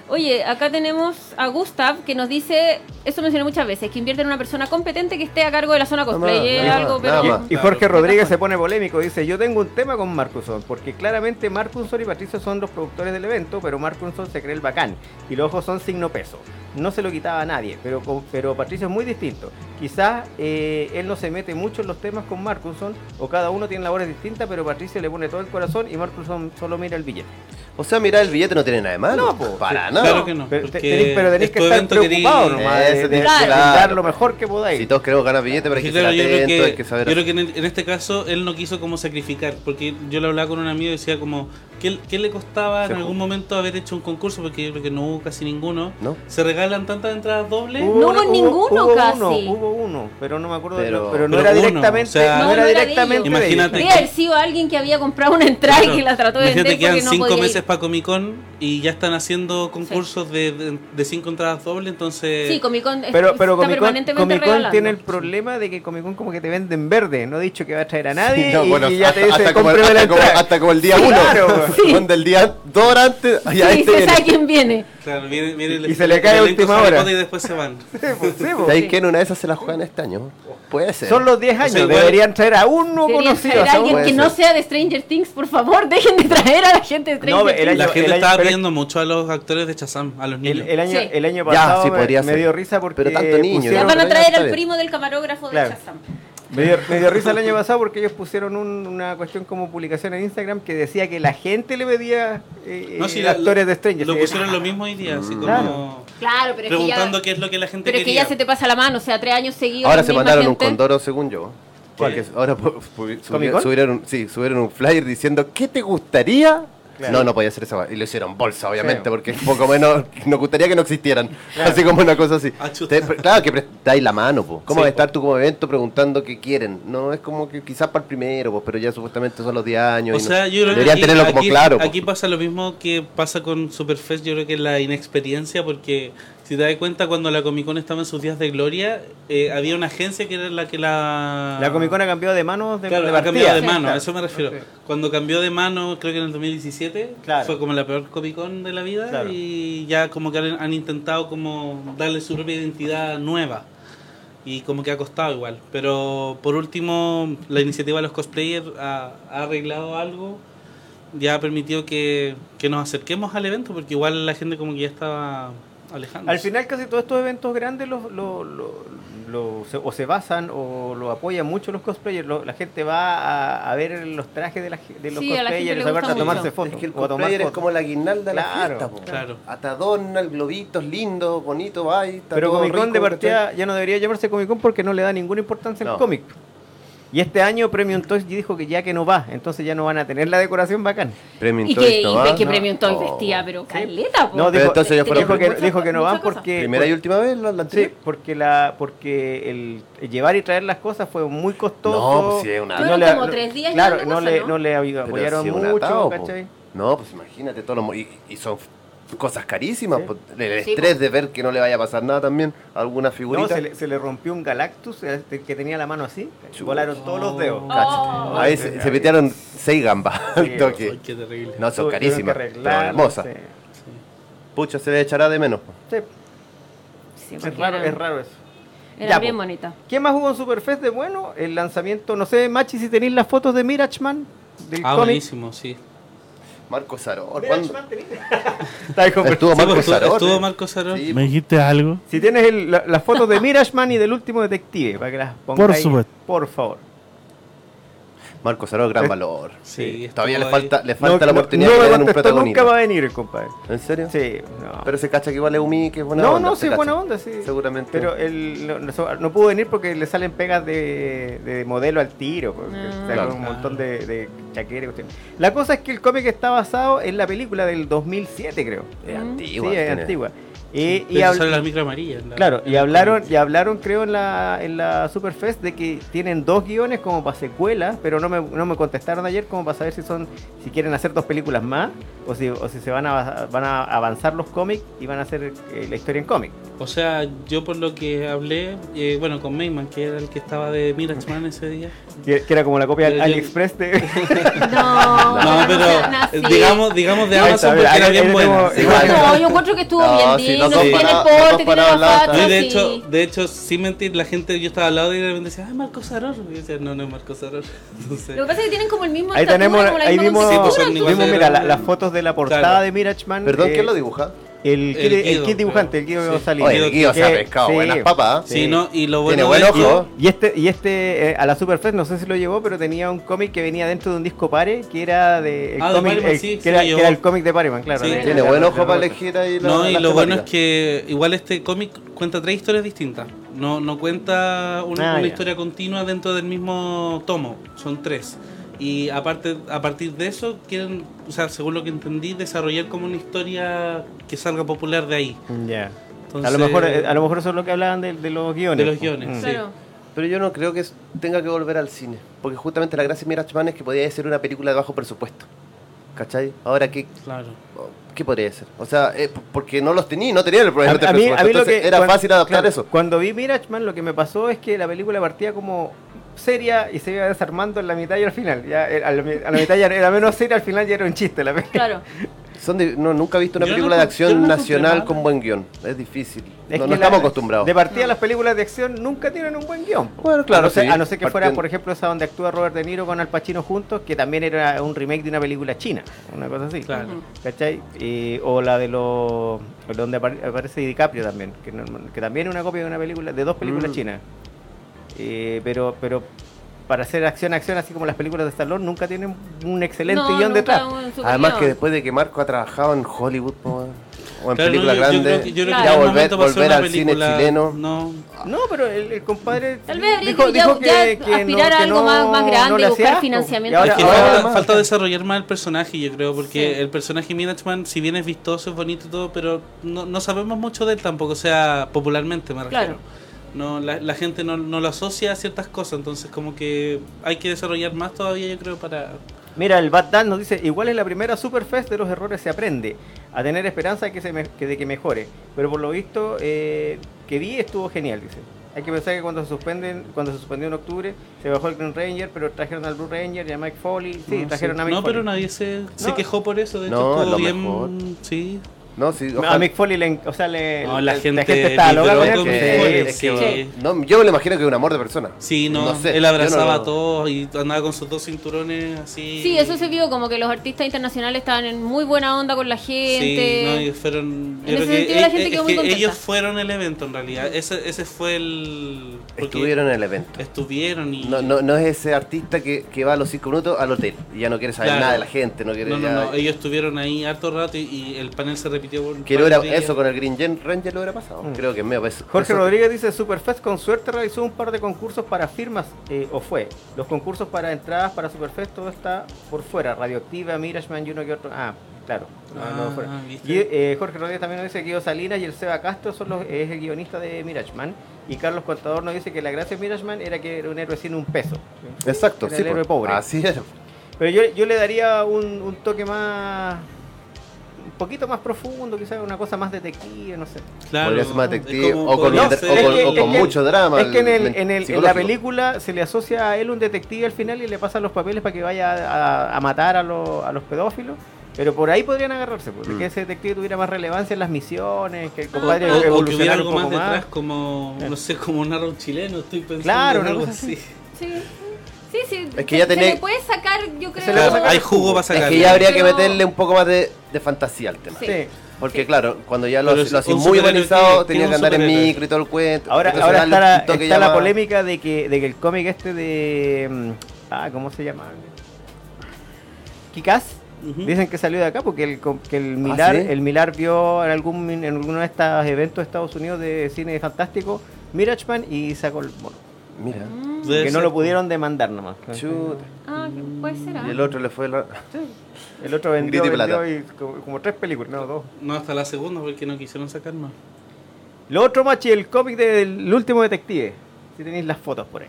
Oye, acá tenemos a Gustav que nos dice, eso lo mencioné muchas veces, que invierten en una persona competente que esté a cargo de la zona cosplay.
más,
Es
nada
algo,
más,
pero...
nada
Y-
más.
Y
Claro.
Jorge Rodríguez se pone polémico, dice, yo tengo un tema con Marcuson, porque claramente Marcuson y Patricio son los productores del evento, pero Marcuson se cree el bacán, y los ojos son signo peso. No se lo quitaba a nadie, pero, con- pero Patricio es muy distinto. Quizás eh, él no se mete mucho en los temas con Marcuson, o cada uno tiene labores distintas, pero Patricio le pone todo el corazón y Marcuson solo mira el billete.
O sea, mirar el billete no tiene nada de malo.
No, po.
Para
Sí.
nada.
Claro que no,
pero,
porque
te- tenés- pero tenés
es
que
tu
estar
evento, querí-
preocupado nomás, de,
Eso
de-
tenés
de
que-
dar
claro.
lo mejor que podáis.
Si todos queremos ganar billete, pero hay
Sí,
que ser
claro, yo creo
atento,
que,
hay que saber.
yo creo que en, el- en este caso él no quiso como sacrificar, porque yo lo hablaba con un amigo y decía como, ¿qué, qué le costaba
Se
en
ju-
algún momento haber hecho un concurso? Porque yo creo que no hubo casi ninguno.
¿No?
Se regalan tantas entradas dobles.
Uh, No hubo ninguno casi.
Uno, hubo uno, pero no me acuerdo, de
Pero-
lo- pero no
pero
era
uno,
directamente,
o sea-
no,
No,
era
no era de
directamente
ellos.
de ellos.
Imagínate.
Debe haber sido alguien que había comprado una entrada
Claro.
y que la trató de
Imagínate,
vender
quedan
porque no
cinco
podía
meses
ir.
para Comic Con y ya están haciendo concursos de, de, de cinco entradas dobles, entonces...
Sí, Comic Con es-
Pero, pero
está
Comic Con,
permanentemente
Comic Con
regalando.
tiene el problema de que Comic Con como que te venden verde, no ha dicho que va a traer a nadie
Sí, no,
y,
bueno,
y ya te
hasta-
dice
hasta como, el-
cómpreme la
hasta como-
entrada.
hasta como el día uno.
Claro,
sí.
Cuando el día dos horas antes.
Sí,
Ya este
se
viene.
sabe quién viene.
Claro, viene, viene el-
Y se le cae a
el elenco
última
Harry
hora.
Potter Y después se van.
Sí, pues, sí, pues.
De ahí que en una de esas se la juegan este año. Puede ser.
Son los 10 años,
igual-
deberían traer a uno
Deberían
conocido.
traer a
a
alguien
uno-
que
puede
no
ser.
sea de Stranger Things, por favor, dejen de traer a la gente de Stranger
No, el
Things.
año-
La gente
el año-
estaba
pero-
pidiendo mucho a los actores de Shazam, a los
El,
niños.
el año,
Sí.
el año
Ya,
pasado
sí,
me-
podría
me,
ser.
dio risa porque
Pero tanto niño,
La
pusieron-
van a
pero
traer
ya
al
está
primo del camarógrafo de
Claro.
Shazam.
Me dio, me dio risa el año pasado porque ellos pusieron un- una cuestión como publicación en Instagram que decía que la gente le pedía eh,
No,
eh,
sí, la-
actores de Stranger
Lo
Sí,
pusieron lo mismo hoy día, así como...
Claro.
Claro, pero es que ya...
preguntando qué es lo que la gente
Pero es que
quería.
ya se te pasa la mano, o sea, tres años seguidos.
Ahora
la
se
misma
mandaron un
gente.
condoro, según yo. Porque ahora pu- pu-
¿Comic-Con?
subieron, subieron un, sí, subieron un flyer diciendo ¿qué te gustaría?
Claro.
No, no podía ser esa guay. Y lo hicieron bolsa, obviamente,
Sí.
porque poco menos nos gustaría que no existieran. Así como una cosa así.
Ah, chuta.
Te- pre- claro que prestáis la mano, po. ¿Cómo vas
Sí,
a
po.
estar tú como evento preguntando qué quieren? No, es como que quizás para el primero, po, pero ya supuestamente son los 10 años.
O
y no-
sea, yo creo que
deberían
aquí-
tenerlo como
aquí-
claro. po.
Aquí pasa lo mismo que pasa con Superfest, yo creo que la inexperiencia, porque si te das cuenta, cuando la Comic Con estaba en sus días de gloria, eh, había una agencia que era la que la...
La Comic Con ha cambiado de manos de,
Claro,
de
ha
partida.
cambiado de
Sí,
mano, a
claro.
eso me refiero.
Sí.
Cuando cambió de mano, creo que en el 2017,
Claro.
fue como la peor Comic Con de la vida
Claro.
y ya como que han, han intentado como darle su propia identidad nueva y como que ha costado igual. Pero por último, la iniciativa de los cosplayers ha, ha arreglado algo, ya ha permitido que, que nos acerquemos al evento porque igual la gente como que ya estaba alejándose.
Al final casi todos estos eventos grandes los, lo- lo- lo- se- o se basan o lo apoyan mucho los cosplayers. Lo- la gente va a, a ver los trajes de, la ge- de los
Sí, a la gente
cosplayers,
le
a, ver-
gusta
a tomarse
mucho.
fotos.
Es que el
o a tomar
cosplayer es
fotos.
como la guirnalda de la
Claro,
fiesta, po.
claro.
Hasta adornan, globitos lindos, bonitos, ay, está
Pero
todo
Comic Con
rico,
de
¿cachai?
partida ya no debería llamarse Comic Con porque no le da ninguna importancia al
No.
cómic. Y este año Premium Toys dijo que ya que no va, entonces ya no van a tener la decoración bacán.
Premium
Y
Toys
que, y
no va,
que
¿no?
Premium Toys
Oh.
vestía, pero caleta, po.
No,
Pero
dijo, eh,
entonces ya fueron-
dijo que,
Muchas
dijo que no
cosas,
van
muchas
porque...
Primera y última vez, la, la
Sí,
anterior.
porque la porque el llevar y traer las cosas fue muy costoso.
No, pues sí, es una-
Y
Fueron
le-
como tres días
Claro,
llevando
no
cosas,
le,
¿no?
no le avi-
Pero
apoyaron
sí, un
mucho,
atado, po.
¿cachai?
No, pues imagínate, todos los mo- y, y son cosas carísimas.
Sí.
po. El
Sí,
estrés de ver que no le vaya a pasar nada también a alguna
No,
figurita.
se le, se le rompió un Galactus eh, que tenía la mano así.
Chu.
Volaron todos los dedos.
Oh.
Cacha.
Oh.
Ahí se, se metieron seis gambas
Sí,
al
pues,
Ay,
toque.
qué terrible.
No, son
Tuvieron que
carísimas.
arreglarlo,
Pero hermosas.
sí.
Pucha, se le echará de menos. po.
Sí,
Sí, porque
es, raro,
eran-
es raro eso.
eran
Ya,
bien
po.
bonita.
¿Qué más hubo en Superfest de bueno? El lanzamiento, no sé, Machi, si tenéis las fotos de Mirachman. Del
Ah,
cómic.
buenísimo, sí.
Marco Saror. ¿cuándo?
Mirachman tenéis. Estáis con-
Estuvo
Sí,
Marco
pues, estuvo-
Saror.
estuvo Marco Saror.
Sí, pues.
¿Me dijiste algo?
Si tienes el- la- las fotos de Mirachman y del último detective, para que las pongáis.
supuesto.
Por favor.
Marco Saror, gran
Eh,
valor.
Sí, estuvo
Todavía le
ahí.
falta, le falta
No-
la
no-
oportunidad
no
de
me
le den un
contestó,
protagonista.
Nunca va a venir, compadre.
¿En serio?
Sí, no.
Pero se cacha que igual es Umi, que es buena
no,
onda.
no,
se
sí, es
cacha.
buena onda, sí.
Seguramente.
Pero él no, no so- no pudo venir porque le salen pegas de, de modelo al tiro. porque
Ah.
sacó
Claro.
un montón de, de chaqueras y cuestiones. La cosa es que el cómic está basado en la película del 2007, creo.
es
Mm.
antigua.
sí, es
tiene-
antigua. Y, y
Y
habl-
la micro amarilla. en la-
claro,
en
y
el
hablaron,
cómic.
y hablaron creo en la, en la Superfest de que tienen dos guiones como para secuelas, pero no me, no me contestaron ayer como para saber si son si quieren hacer dos películas más o si, o si se van a, van a avanzar los cómics y van a hacer eh, la historia en cómic.
O sea, yo por lo que hablé, eh, bueno, con Mayman, que era el que estaba de Mirachman ese día.
Que, que era como la copia
Yo-
del
yo-
AliExpress de...
No,
No,
sean así.
pero digamos, digamos de
Ahí está,
Amazon porque
mira,
era
ahí-
bien
ahí
bueno.
tenemos-
Sí,
igual.
No, yo encuentro que estuvo
No,
bien
sí,
digno,
los dos
tiene
parados-
porte,
los dos
tiene
parados
la
al lado
No, y
facha,
de
sí.
hecho, de hecho, sin mentir, la gente, yo estaba al lado y de repente decía, ah, Marco Saror. Y yo decía, no, no es Marco Saror. Entonces,
Lo que pasa es que tienen como el mismo
Ahí
estatura,
tenemos,
como la
ahí
misma
vimos,
Sí, pues
consistencia.
son igual
vimos,
de
mira, la-
grandes.
las fotos de la portada
Claro.
de Mirachman.
Perdón,
eh,
¿quién lo dibuja?
El,
El
kid, el
Guido,
kid dibujante,
creo.
el Guido
Sí.
González.
Oye,
Oye, Guido se ha
Que-
pescado
sí.
buenas papas. ¿eh?
sí, ¿no? Y lo
Tiene
bueno
buen
es-
ojo.
Y este, y este eh, a la Superfest, no sé si lo llevó, pero tenía un cómic que venía dentro de un disco pare, que era de el
Ah, de
cómic,
Pareman,
el-
sí,
que,
sí,
era,
lo
que
llevó.
era el cómic de Pareman, claro.
Sí.
de-
Tiene
de-
buen
de-
ojo para
de-
elegir ahí la-
No, y
las
lo bueno es
temáticas.
que igual este cómic cuenta tres historias distintas. No, no cuenta
Ah,
una, una
ya.
historia continua dentro del mismo tomo. Son tres. Y aparte, a partir de eso, quieren, o sea, según lo que entendí, desarrollar como una historia que salga popular de ahí.
Ya.
Entonces,
a lo mejor eh, a lo mejor eso es lo que hablaban de, de los guiones. Mm.
De los guiones, sí.
Claro.
Pero yo no creo que tenga que volver al cine. Porque justamente la gracia de Mirachman es que podía ser una película de bajo presupuesto. ¿Cachai? Ahora, ¿qué,
Claro.
qué podría ser? O sea, eh, p- porque no los tenía, no tenía el problema de
A- a mí-
presupuesto.
a mí lo
Entonces,
que-
era
cuan-
fácil adaptar
claro,
eso.
Cuando vi Mirachman, lo que me pasó es que la película partía como seria y se iba desarmando en la mitad y al final. Ya, eh, a, la, mi- a la mitad ya era menos seria, al final ya era un chiste la película.
Claro.
Son de- no, nunca he visto una
Yo no
película de
encont- yo
acción
no encontré
nacional
mala.
con buen guión. Es difícil.
Es que
no no
la-
estamos acostumbrados.
De partida, las películas de acción nunca tienen un buen guión. po.
Bueno, claro,
A no ser,
sí,
a no ser que fuera,
partiendo.
por ejemplo, esa donde actúa Robert De Niro con Al Pacino juntos, que también era un remake de una película china, una cosa así.
Claro.
¿Cachai? Eh, o la de los. donde apar- aparece DiCaprio también, que, no- que también es una copia de una película, de dos películas
Mm.
chinas. Eh, pero, pero para hacer acción, acción, así como las películas de Stallone, nunca tienen un excelente
No,
guión
nunca
detrás.
un super
Además
guión.
que después de que Marco ha trabajado en Hollywood po, o en
Claro,
películas
yo- yo creo
grandes,
que- yo creo
Claro.
que
ya
no es
volver,
momento para hacer
volver
una
al cine
película-
chileno.
No,
No, pero el, el compadre
Tal vez habría que ya- ya aspirar a algo más- más grande,
le
buscar
hacía asco.
financiamiento.
Y ahora-
es que
ahora
falta,
además-
falta desarrollar más el personaje, yo creo, porque
Sí.
el personaje Minachman, si bien es vistoso, es bonito y todo, pero no, no sabemos mucho de él tampoco, o sea, popularmente me refiero.
Claro.
No, la, la gente no, no lo asocia a ciertas cosas, entonces como que hay que desarrollar más todavía, yo creo, para...
Mira, el Bad Dan nos dice, igual es la primera Superfest de los errores se aprende, a tener esperanza que se me- que de que mejore, pero por lo visto eh, que vi estuvo genial, dice. Hay que pensar que cuando se suspenden, cuando se suspendió en octubre, se bajó el Green Ranger, pero trajeron al Blue Ranger y a Mike Foley, sí,
no,
trajeron
sé.
a Mick
Ah, No,
Foley.
pero nadie se, se
No.
quejó por eso, de hecho
No,
estuvo
lo
bien...
mejor.
Sí.
No, sí,
A
ojalá-
Mick Foley le, en- o sea, le,
No, la gente
estaba loca
vibró
con él,
con
sí,
Mick Foley,
sí.
sí.
sí.
no, yo me lo imagino que es un amor de persona.
Sí, no,
No sé,
él
yo
abrazaba
no-
a todos y andaba con sus dos cinturones así.
Sí, eso se vio como que los artistas internacionales estaban en muy buena onda con la gente.
Sí, no, ellos fueron.
En ese sentido, la gente quedó muy contenta.
ellos fueron el evento en realidad. Ese, ese fue el. porque
Estuvieron en el evento.
Estuvieron y.
No, no, no es ese artista que, que va a los cinco minutos al hotel y ya no quiere saber
Claro.
nada de la gente, no quiere
No, no,
ya-
no, ellos estuvieron ahí harto rato y, y el panel se repitió por. un
que
par
logra-
de días.
eso con el Green Gen Ranger lo hubiera pasado.
Mm.
Creo que es medio peso.
Jorge
eso-
Rodríguez dice, Superfest con suerte realizó un par de concursos para firmas, eh, o fue. Los concursos para entradas para Superfest, todo está por fuera. Radioactiva, Mirashman y uno que otro. Ah, claro. no, no,
Ah,
fuera.
¿viste?
Gui- eh, Jorge Rodríguez también nos dice que Guido Salinas y el Seba Castro son los, es el guionista de Mirashman. Y Carlos Contador nos dice que la gracia de Mirashman era que era un héroe sin un peso.
Exacto,
Era
sí.
el héroe
po.
pobre.
Así era.
Pero yo, yo le daría un, un toque más... poquito más profundo, quizás una cosa más detective, no sé.
Claro,
Podría ser más
es
detective
como-
o con,
podría
un dra-
ser-
o
es
con-
que-
o con
es que-
mucho drama.
Es que en, el- en el- en la
psicológico.
película se le asocia a él un detective al final y le pasan los papeles para que vaya a, a- a matar a, los- a los pedófilos. Pero por ahí podrían agarrarse, porque
Mm.
que ese detective tuviera más relevancia en las misiones, que el
Ah, O,
compadre
o- o que hubiera
evolucionara un
algo más
poco
detrás,
más.
como, no sé, como un narra un chileno, estoy pensando
Claro,
en
una
algo
cosa así.
así.
Sí, sí, sí.
Es que ya
se-
tenés-
Se le puede sacar, yo creo.
Se le puede
Claro,
sacar
hay jugo para
Es
sacar.
que ya habría que
Pero-
meterle un poco más de, de fantasía al tema.
Sí.
Sí.
Porque claro, cuando ya lo,
Pero
lo
si
hacía
un
muy
superhéroe
organizado,
que- que
tenía
un
que andar en
superhéroe.
micro y todo el cuento.
Ahora,
Entonces,
ahora
darle
está, la,
un toque
está
ya
la
más-
polémica de que, de que el cómic este de. mm, Ah, ¿cómo se llama? Kikaz.
Ujú.
Dicen que salió de acá porque el, com- que el Milar,
Ah, ¿sí?
el Milar vio en algún en alguno de estos eventos de Estados Unidos de cine fantástico Mirachman y sacó el mono.
Mira,
Debe
que no
ser.
lo pudieron demandar nomás.
chuta.
Ah, puede ser. ah.
Y el otro le fue la...
El otro vendió,
Grito y
vendió
plata.
y como, como tres películas, no dos.
No, hasta la segunda porque no quisieron sacar más.
Lo otro, machi, el cómic del último detective. Si tenéis las fotos por ahí.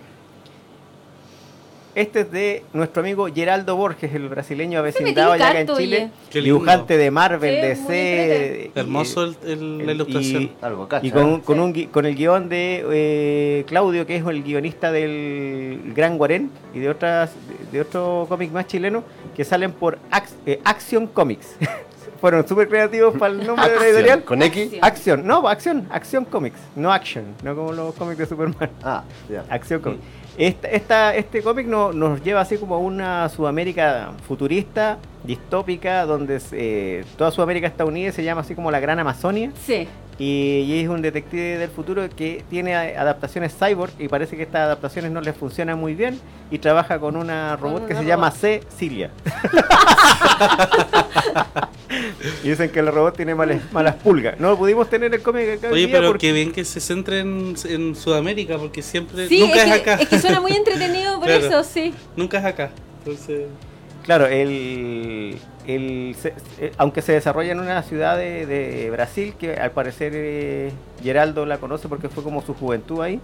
Este es de nuestro amigo Geraldo Borges, el brasileño avecindado
tiene
allá acá en
carto,
Chile.
oye.
Qué lindo.
Dibujante de Marvel,
Sí, muy
DC. y-
Hermoso el- el- la
el-
ilustración.
Algo, cacha.
Y con,
¿eh?
con un gui- con el guión de eh, Claudio, que es el guionista del Gran Guarén y de otras de, de otro cómic más chileno, que salen por Ax- eh, Action Comics. Fueron súper creativos para el nombre de la
Acción,
editorial.
¿Con X?
Acción.
Action, no, Action, Action Comics, no Action, no como los cómics de Superman.
Ah, ya.
Action Comics. Esta, esta- este cómic no- nos lleva así como a una Sudamérica futurista, distópica, donde se- eh, toda Sudamérica estadounidense se llama así como la Gran Amazonia.
Sí.
Y, y es un detective del futuro que tiene a- adaptaciones cyborg y parece que estas adaptaciones no les funcionan muy bien y trabaja con una
Con
robot que
una
se llama
robot.
C. Cilia. y dicen que el robot tiene malas, malas pulgas. No pudimos tener el cómic acá hoy
Oye,
día
pero
porque
que bien que se centre en, en Sudamérica porque siempre.
Sí,
nunca es,
es, que,
acá.
es que suena muy entretenido por
Claro.
eso, sí.
Nunca es acá. Entonces.
Claro, el, el- se- eh, aunque se desarrolla en una ciudad de, de Brasil, que al parecer eh, Geraldo la conoce porque fue como su juventud ahí,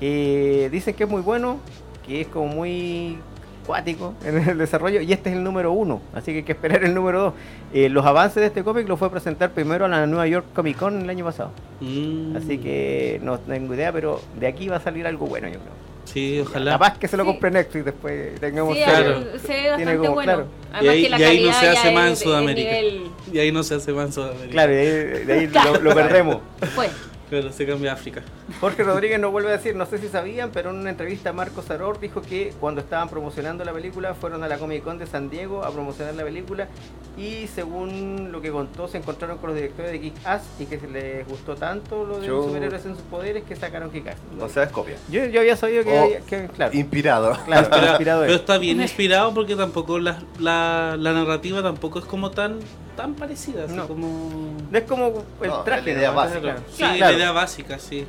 eh, dicen que es muy bueno, que es como muy cuático en el desarrollo, y este es el número uno, así que hay que esperar el número dos. Eh, los avances de este cómic lo fue a presentar primero a la Nueva York Comic Con el año pasado,
mm,
así que no tengo idea, pero de aquí va a salir algo bueno, yo creo.
Sí, ojalá.
Capaz que se lo
Sí.
compre Netflix después tengamos...
Sí,
Claro.
ahí se ve bastante
Tiene como-
bueno.
claro.
Y
Además
ahí,
que la
y ahí no
calidad
se
ya
hace más en
es de- de
Sudamérica.
nivel-
Y ahí no se hace más en Sudamérica.
Claro, y de ahí, de ahí lo- lo perdemos.
Fue.
Pero se cambia a África.
Jorge Rodríguez nos vuelve a decir, no sé si sabían, pero en una entrevista a Marco Saror dijo que cuando estaban promocionando la película fueron a la Comic Con de San Diego a promocionar la película y según lo que contó se encontraron con los directores de Kick-Ass y que se les gustó tanto lo de
Yo-
los superhéroes en sus poderes que sacaron Kick-Ass.
O sea, es copia.
yo, yo había sabido que,
O-
había- que- claro,
Inspirado.
claro,
Pero,
Oh, inspirado
pero
es.
está bien inspirado porque tampoco la, la, la narrativa tampoco es como tan tan parecida. Así
No.
como...
No es como el
No,
traje.
la idea
nomás,
básica.
claro.
Sí,
Claro.
la idea básica, sí.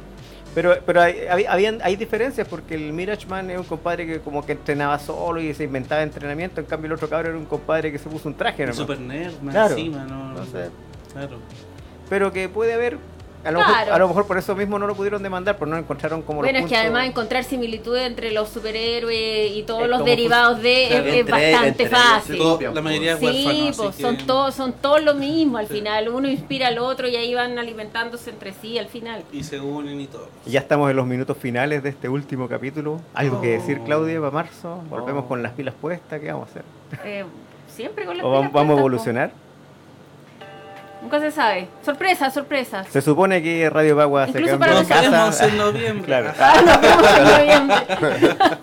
Pero, pero hay, había- habían, hay diferencias porque el Mirage Man es un compadre que como que entrenaba solo y se inventaba entrenamiento, en cambio el otro cabrón era un compadre que se puso un traje
Un
nomás.
Super nerd, más
Claro.
encima, no, no
Entonces,
Claro.
pero que puede haber, a lo,
Claro.
mejor, a lo mejor por eso mismo no lo pudieron demandar, porque no encontraron como los
Bueno, es que
puntos-
además encontrar similitudes entre los superhéroes y todos
Es
los
como
derivados de
Claro,
es, es
entre-
bastante
entre ellos,
fácil.
sí, todo-
La mayoría es
Sí,
huérfano,
pues
así
son
que-
todos son todos lo mismo al final, uno inspira al otro y ahí van alimentándose entre sí al final.
Y se unen y todo.
Ya estamos en los minutos finales de este último capítulo. Algo que decir, Claudia, para marzo. Volvemos con las pilas puestas. ¿Qué vamos a hacer?
Eh, siempre con las
¿O vam-
pilas
vamos a
puestas,
evolucionar?
po. Nunca se sabe. Sorpresa, sorpresa.
Se supone que Radio Bagua se
Incluso
cambió
para
de
Nos
nosotros.
vemos
casa.
en noviembre.
Claro.
Ah, nos vemos en noviembre.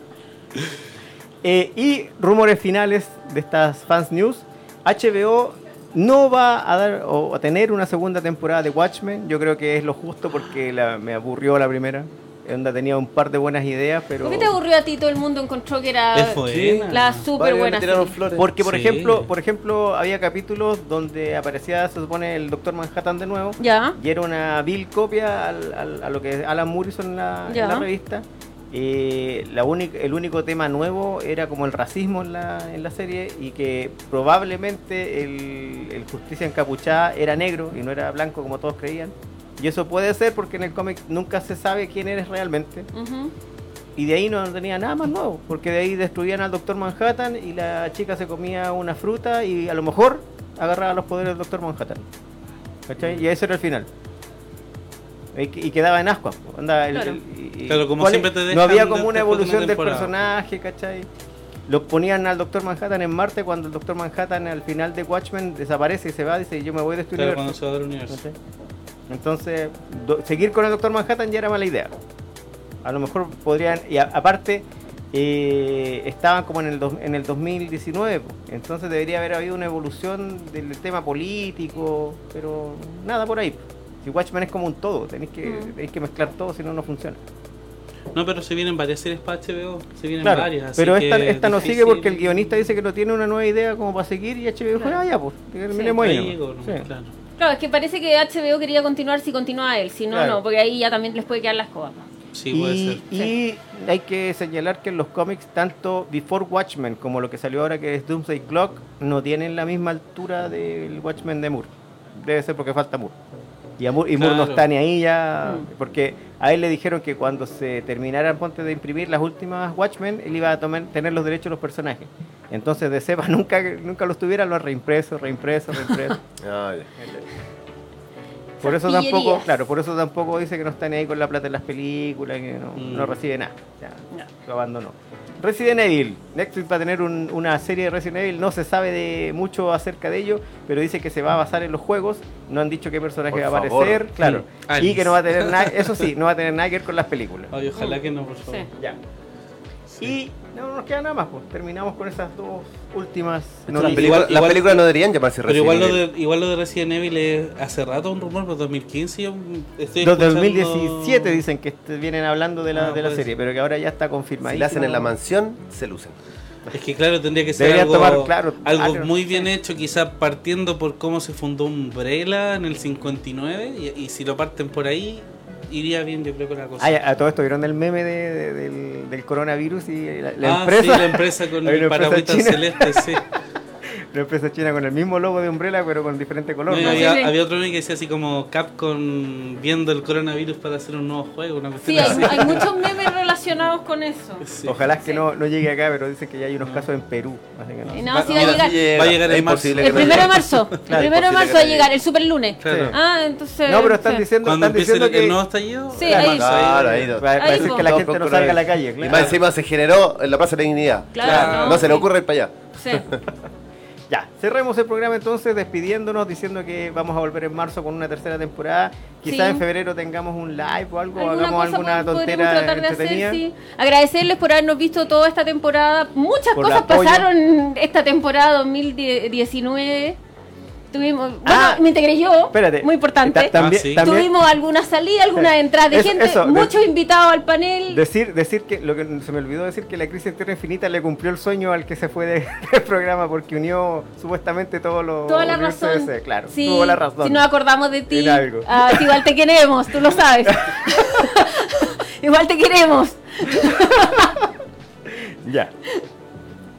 Eh, y rumores finales de estas fans news. HBO no va a dar o a tener una segunda temporada de Watchmen. Yo creo que es lo justo porque la- me aburrió la primera. Onda tenía un par de buenas ideas, pero
¿Por qué te aburrió a ti? Todo el mundo encontró que era
Ah, Es buena.
la
Vale,
súper
me
buena.
tiraron
serie.
flores.
porque por
Sí.
ejemplo, por ejemplo, había capítulos donde aparecía se supone el Doctor Manhattan de nuevo.
Ya.
Y era una vil copia al- al- a lo que Alan Moore hizo en la, en
Ya.
la revista. Eh, la única- el único tema nuevo era como el racismo en la, en la serie y que probablemente el, el Justicia Encapuchada era negro y no era blanco como todos creían. Y eso puede ser porque en el cómic nunca se sabe quién eres realmente.
Ujú.
Y de ahí no tenía nada más nuevo, porque de ahí destruían al Doctor Manhattan y la chica se comía una fruta y a lo mejor agarraba los poderes del Doctor Manhattan. ¿Cachai? Y ese era el final. Y, que- y quedaba en ascuas. po. Onda, el-
Claro.
el- y- y-
Claro, como
¿cuál
siempre
es?
te dejan
No había
después
como una
de
evolución
una
del
temporada.
personaje, ¿cachai? Lo ponían al Doctor Manhattan en Marte cuando el Doctor Manhattan al final de Watchmen desaparece y se va, dice yo me voy de este
Claro, cuando
universo.
se va del universo.
¿Cachai? Entonces, do- seguir con el Doctor Manhattan ya era mala idea. A lo mejor podrían, y a- aparte, eh, estaban como en el, dos- en el 2019, po. entonces debería haber habido una evolución del tema político, pero nada por ahí. Si Watchmen es como un todo, tenéis que,
Mm.
tenéis que mezclar todo, si no, no funciona.
No, pero se vienen varias series para HBO. Se vienen
Claro,
varias. así
pero
que
esta, esta no
difícil.
sigue porque el guionista dice que no tiene una nueva idea como para seguir y HBO dijo,
Claro.
ah, ya, pues, terminemos
Ahí
ahí, ¿no?
llegó, ¿no?
Sí.
Claro.
Claro, es que parece que HBO quería continuar si continúa él, si no,
Claro.
no, porque ahí ya también les puede quedar las cosas.
Sí, puede ser.
Y, y hay que señalar que en los cómics, tanto Before Watchmen como lo que salió ahora que es Doomsday Clock, no tienen la misma altura del Watchmen de Moore. Debe ser porque falta Moore. Y, a Moore, y Moore no
Claro.
está ni ahí ya,
Mm.
porque a él le dijeron que cuando se terminara ponte de imprimir las últimas Watchmen, él iba a tomar- tener los derechos de los personajes. Entonces de Seba nunca, nunca los tuviera, los reimpreso, reimpreso, reimpreso.
Ah, ya.
por eso
Esas
tampoco,
pillerías.
claro, por eso tampoco dice que no está ni ahí con la plata en las películas, que no,
Mm.
no recibe nada. Ya
No.
lo abandonó. Resident Evil. Netflix va a tener un- una serie de Resident Evil. No se sabe de mucho acerca de ello, pero dice que se va a basar en los juegos. No han dicho qué personaje
Por
va a
favor. Ah,
aparecer, claro.
Mm.
Y que no va a tener
Alice.
nada, eso sí, no va a tener nada que ver con las películas.
Ay, ojalá que no, por favor.
Sí.
Ya. Y no nos queda nada más, pues. Terminamos con esas dos últimas noticias.
Las
igual-
películas las
igual-
películas no deberían llamarse
Pero igual lo,
Resident
de, igual lo de Resident Evil es hace rato un rumor, pero 2015 yo estoy
Los
escuchando-
2017 dicen que este- vienen hablando de la,
Ah,
de la
pues.
serie, pero que ahora ya está
Evil.
confirmada.
Si la hacen en la mansión, se lucen.
Es que claro, tendría que ser
Deberían
algo,
tomar, claro,
algo
algo,
muy
sí.
bien hecho, quizás partiendo por cómo se fundó Umbrella en el 59, y, y si lo parten por ahí, iría bien yo creo con la cosa.
Ah, ya, a todo esto vieron el meme de- de- del, del coronavirus y la, la
Ah,
empresa.
sí, la empresa con
Hay
el
una empresa
paragüita
china.
celeste, sí.
Una empresa china con el mismo logo de Umbrella, pero con diferente
No,
color.
y
¿no?
había,
Sí, sí.
había otro meme que decía así como Capcom viendo el coronavirus para hacer un nuevo juego, una cuestión
Sí, hay,
así.
hay muchos memes relacionados con eso.
Sí.
Ojalá que
Sí.
no, no llegue acá, pero dicen que ya hay unos casos en Perú. así que no.
Y no, sí va a
mira,
llegar.
sí Va a llegar
Es
en marzo.
imposible que
El
no
primero de
llegue.
marzo. El
Claro,
primero de
imposible
marzo
que
va a
no
llegar, el super lunes.
Claro.
Ah, entonces.
No, pero
sí.
están diciendo,
Cuando
están
empiece el,
diciendo que
el nuevo estallido,
Sí,
la
ahí.
masa,
Claro, ahí
para,
do-
para
Ahí,
decir
po.
que la
Todo
gente
fue
no
otra
salga a la
vez.
calle.
Y
claro.
más encima se generó en la Plaza de la Dignidad.
Claro,
No,
no,
se le
sí.
ocurre ir para allá.
Sí.
Ya, cerremos el programa entonces despidiéndonos, diciendo que vamos a volver en marzo con una tercera temporada. Quizás
Sí.
en febrero tengamos un live o algo,
Alguna
hagamos
cosa
alguna
pod- podremos
tontera
tratar de hacer,
entretenida.
sí. Agradecerles por habernos visto toda esta temporada. Muchas
Por el
cosas
apoyo.
pasaron esta temporada 2019. Tuvimos, bueno,
Ah,
me integré yo,
Espérate.
muy
Ta-
importante.
También,
Ah, sí.
también-
Tuvimos alguna salida, alguna
Eh,
entrada de
eso-
gente,
eso, de-
muchos invitados al panel.
Decir, decir que lo que se me olvidó decir que la crisis en Tierra Infinita le cumplió el sueño al que se fue de- del programa porque unió supuestamente todos los
Toda la
universos
razón.
DC, claro,
Sí,
tuvo la razón.
Si nos acordamos de ti,
En algo.
ah, sí, igual te queremos, tú lo sabes. igual te queremos.
Ya.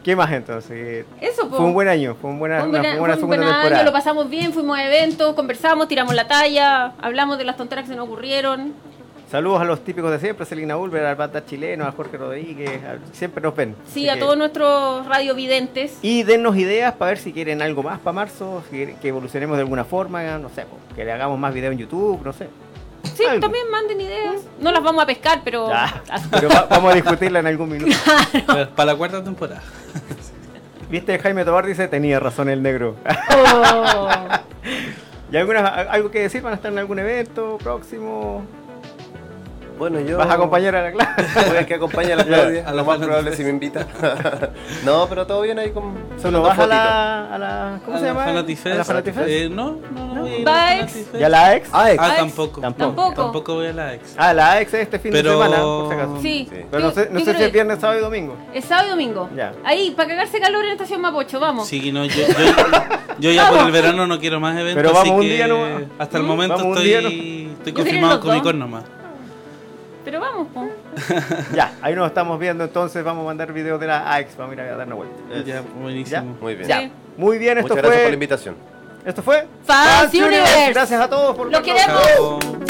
¿Qué más entonces?
Eso po.
Fue un buen año, fue, un buena-
Fue un
una,
buen-
fue una
fue un
segunda
buen año,
temporada.
lo pasamos bien, fuimos a eventos, conversamos, tiramos la talla, hablamos de las tonteras que se nos ocurrieron.
Saludos a los típicos de siempre, a Celina Ulver, al Bata Chileno, a Jorge Rodríguez, a- siempre nos ven.
Sí,
Así
a
que-
todos nuestros radiovidentes.
Y dennos ideas para ver si quieren algo más para marzo, si quieren que evolucionemos de alguna forma, no sé, po, que le hagamos más video en YouTube, no sé.
Sí,
algo.
también manden ideas. No las vamos a pescar, pero
Ya, pero va- vamos a discutirla en algún minuto.
Para, para la cuarta temporada.
Viste, Jaime Tobar dice, tenía razón el negro.
Oh.
¿Y algunas, a- algo que decir? ¿Van a estar en algún evento próximo?
Bueno, yo.
¿Vas a acompañar a la clase?
Voy a que acompañe a la Claudia,
A
a
la
lo más
Fernanda.
probable si me invita. no, pero todo bien ahí con.
¿Solo
sacando
vas a
fotitos.
la, a la... ¿Cómo
A
se
la
llama?
Fanatifest.
¿A la Fanatifest?
Eh, no, no, no voy a ir
Va
a
ex.
Fanatifest.
¿Y a la ex?
Ah, ex.
Ah,
ex.
tampoco.
Tampoco.
Tampoco. voy a la ex.
Ah, la ex es este fin de
Pero-
semana, por si acaso.
Sí.
Sí.
Pero no
yo-
sé, no sé
yo creo
si es
que-
viernes, sábado y domingo.
Es sábado y domingo.
Ya.
Ahí, para cagarse calor en la estación Mapocho, vamos.
Sí, no, yo, yo, yo ya por el verano no quiero más eventos.
Pero vamos
así
un
que
día nomás.
Hasta el
¿Mm?
momento
Vamos un
estoy,
día
estoy
Yo quería
confirmado
los
con mi
dos.
nomás.
Pero vamos, po.
ya, ahí nos estamos viendo, entonces vamos a mandar videos de la ex. Vamos a ir a dar una vuelta.
Ya, buenísimo.
Muy bien.
Ya.
Sí.
Muy bien,
Muchas
esto
gracias por la
fue...
invitación.
Esto fue...
Fans
Fans Universe.
Universe.
Gracias a todos por vernos.
Lo queremos.
Chao.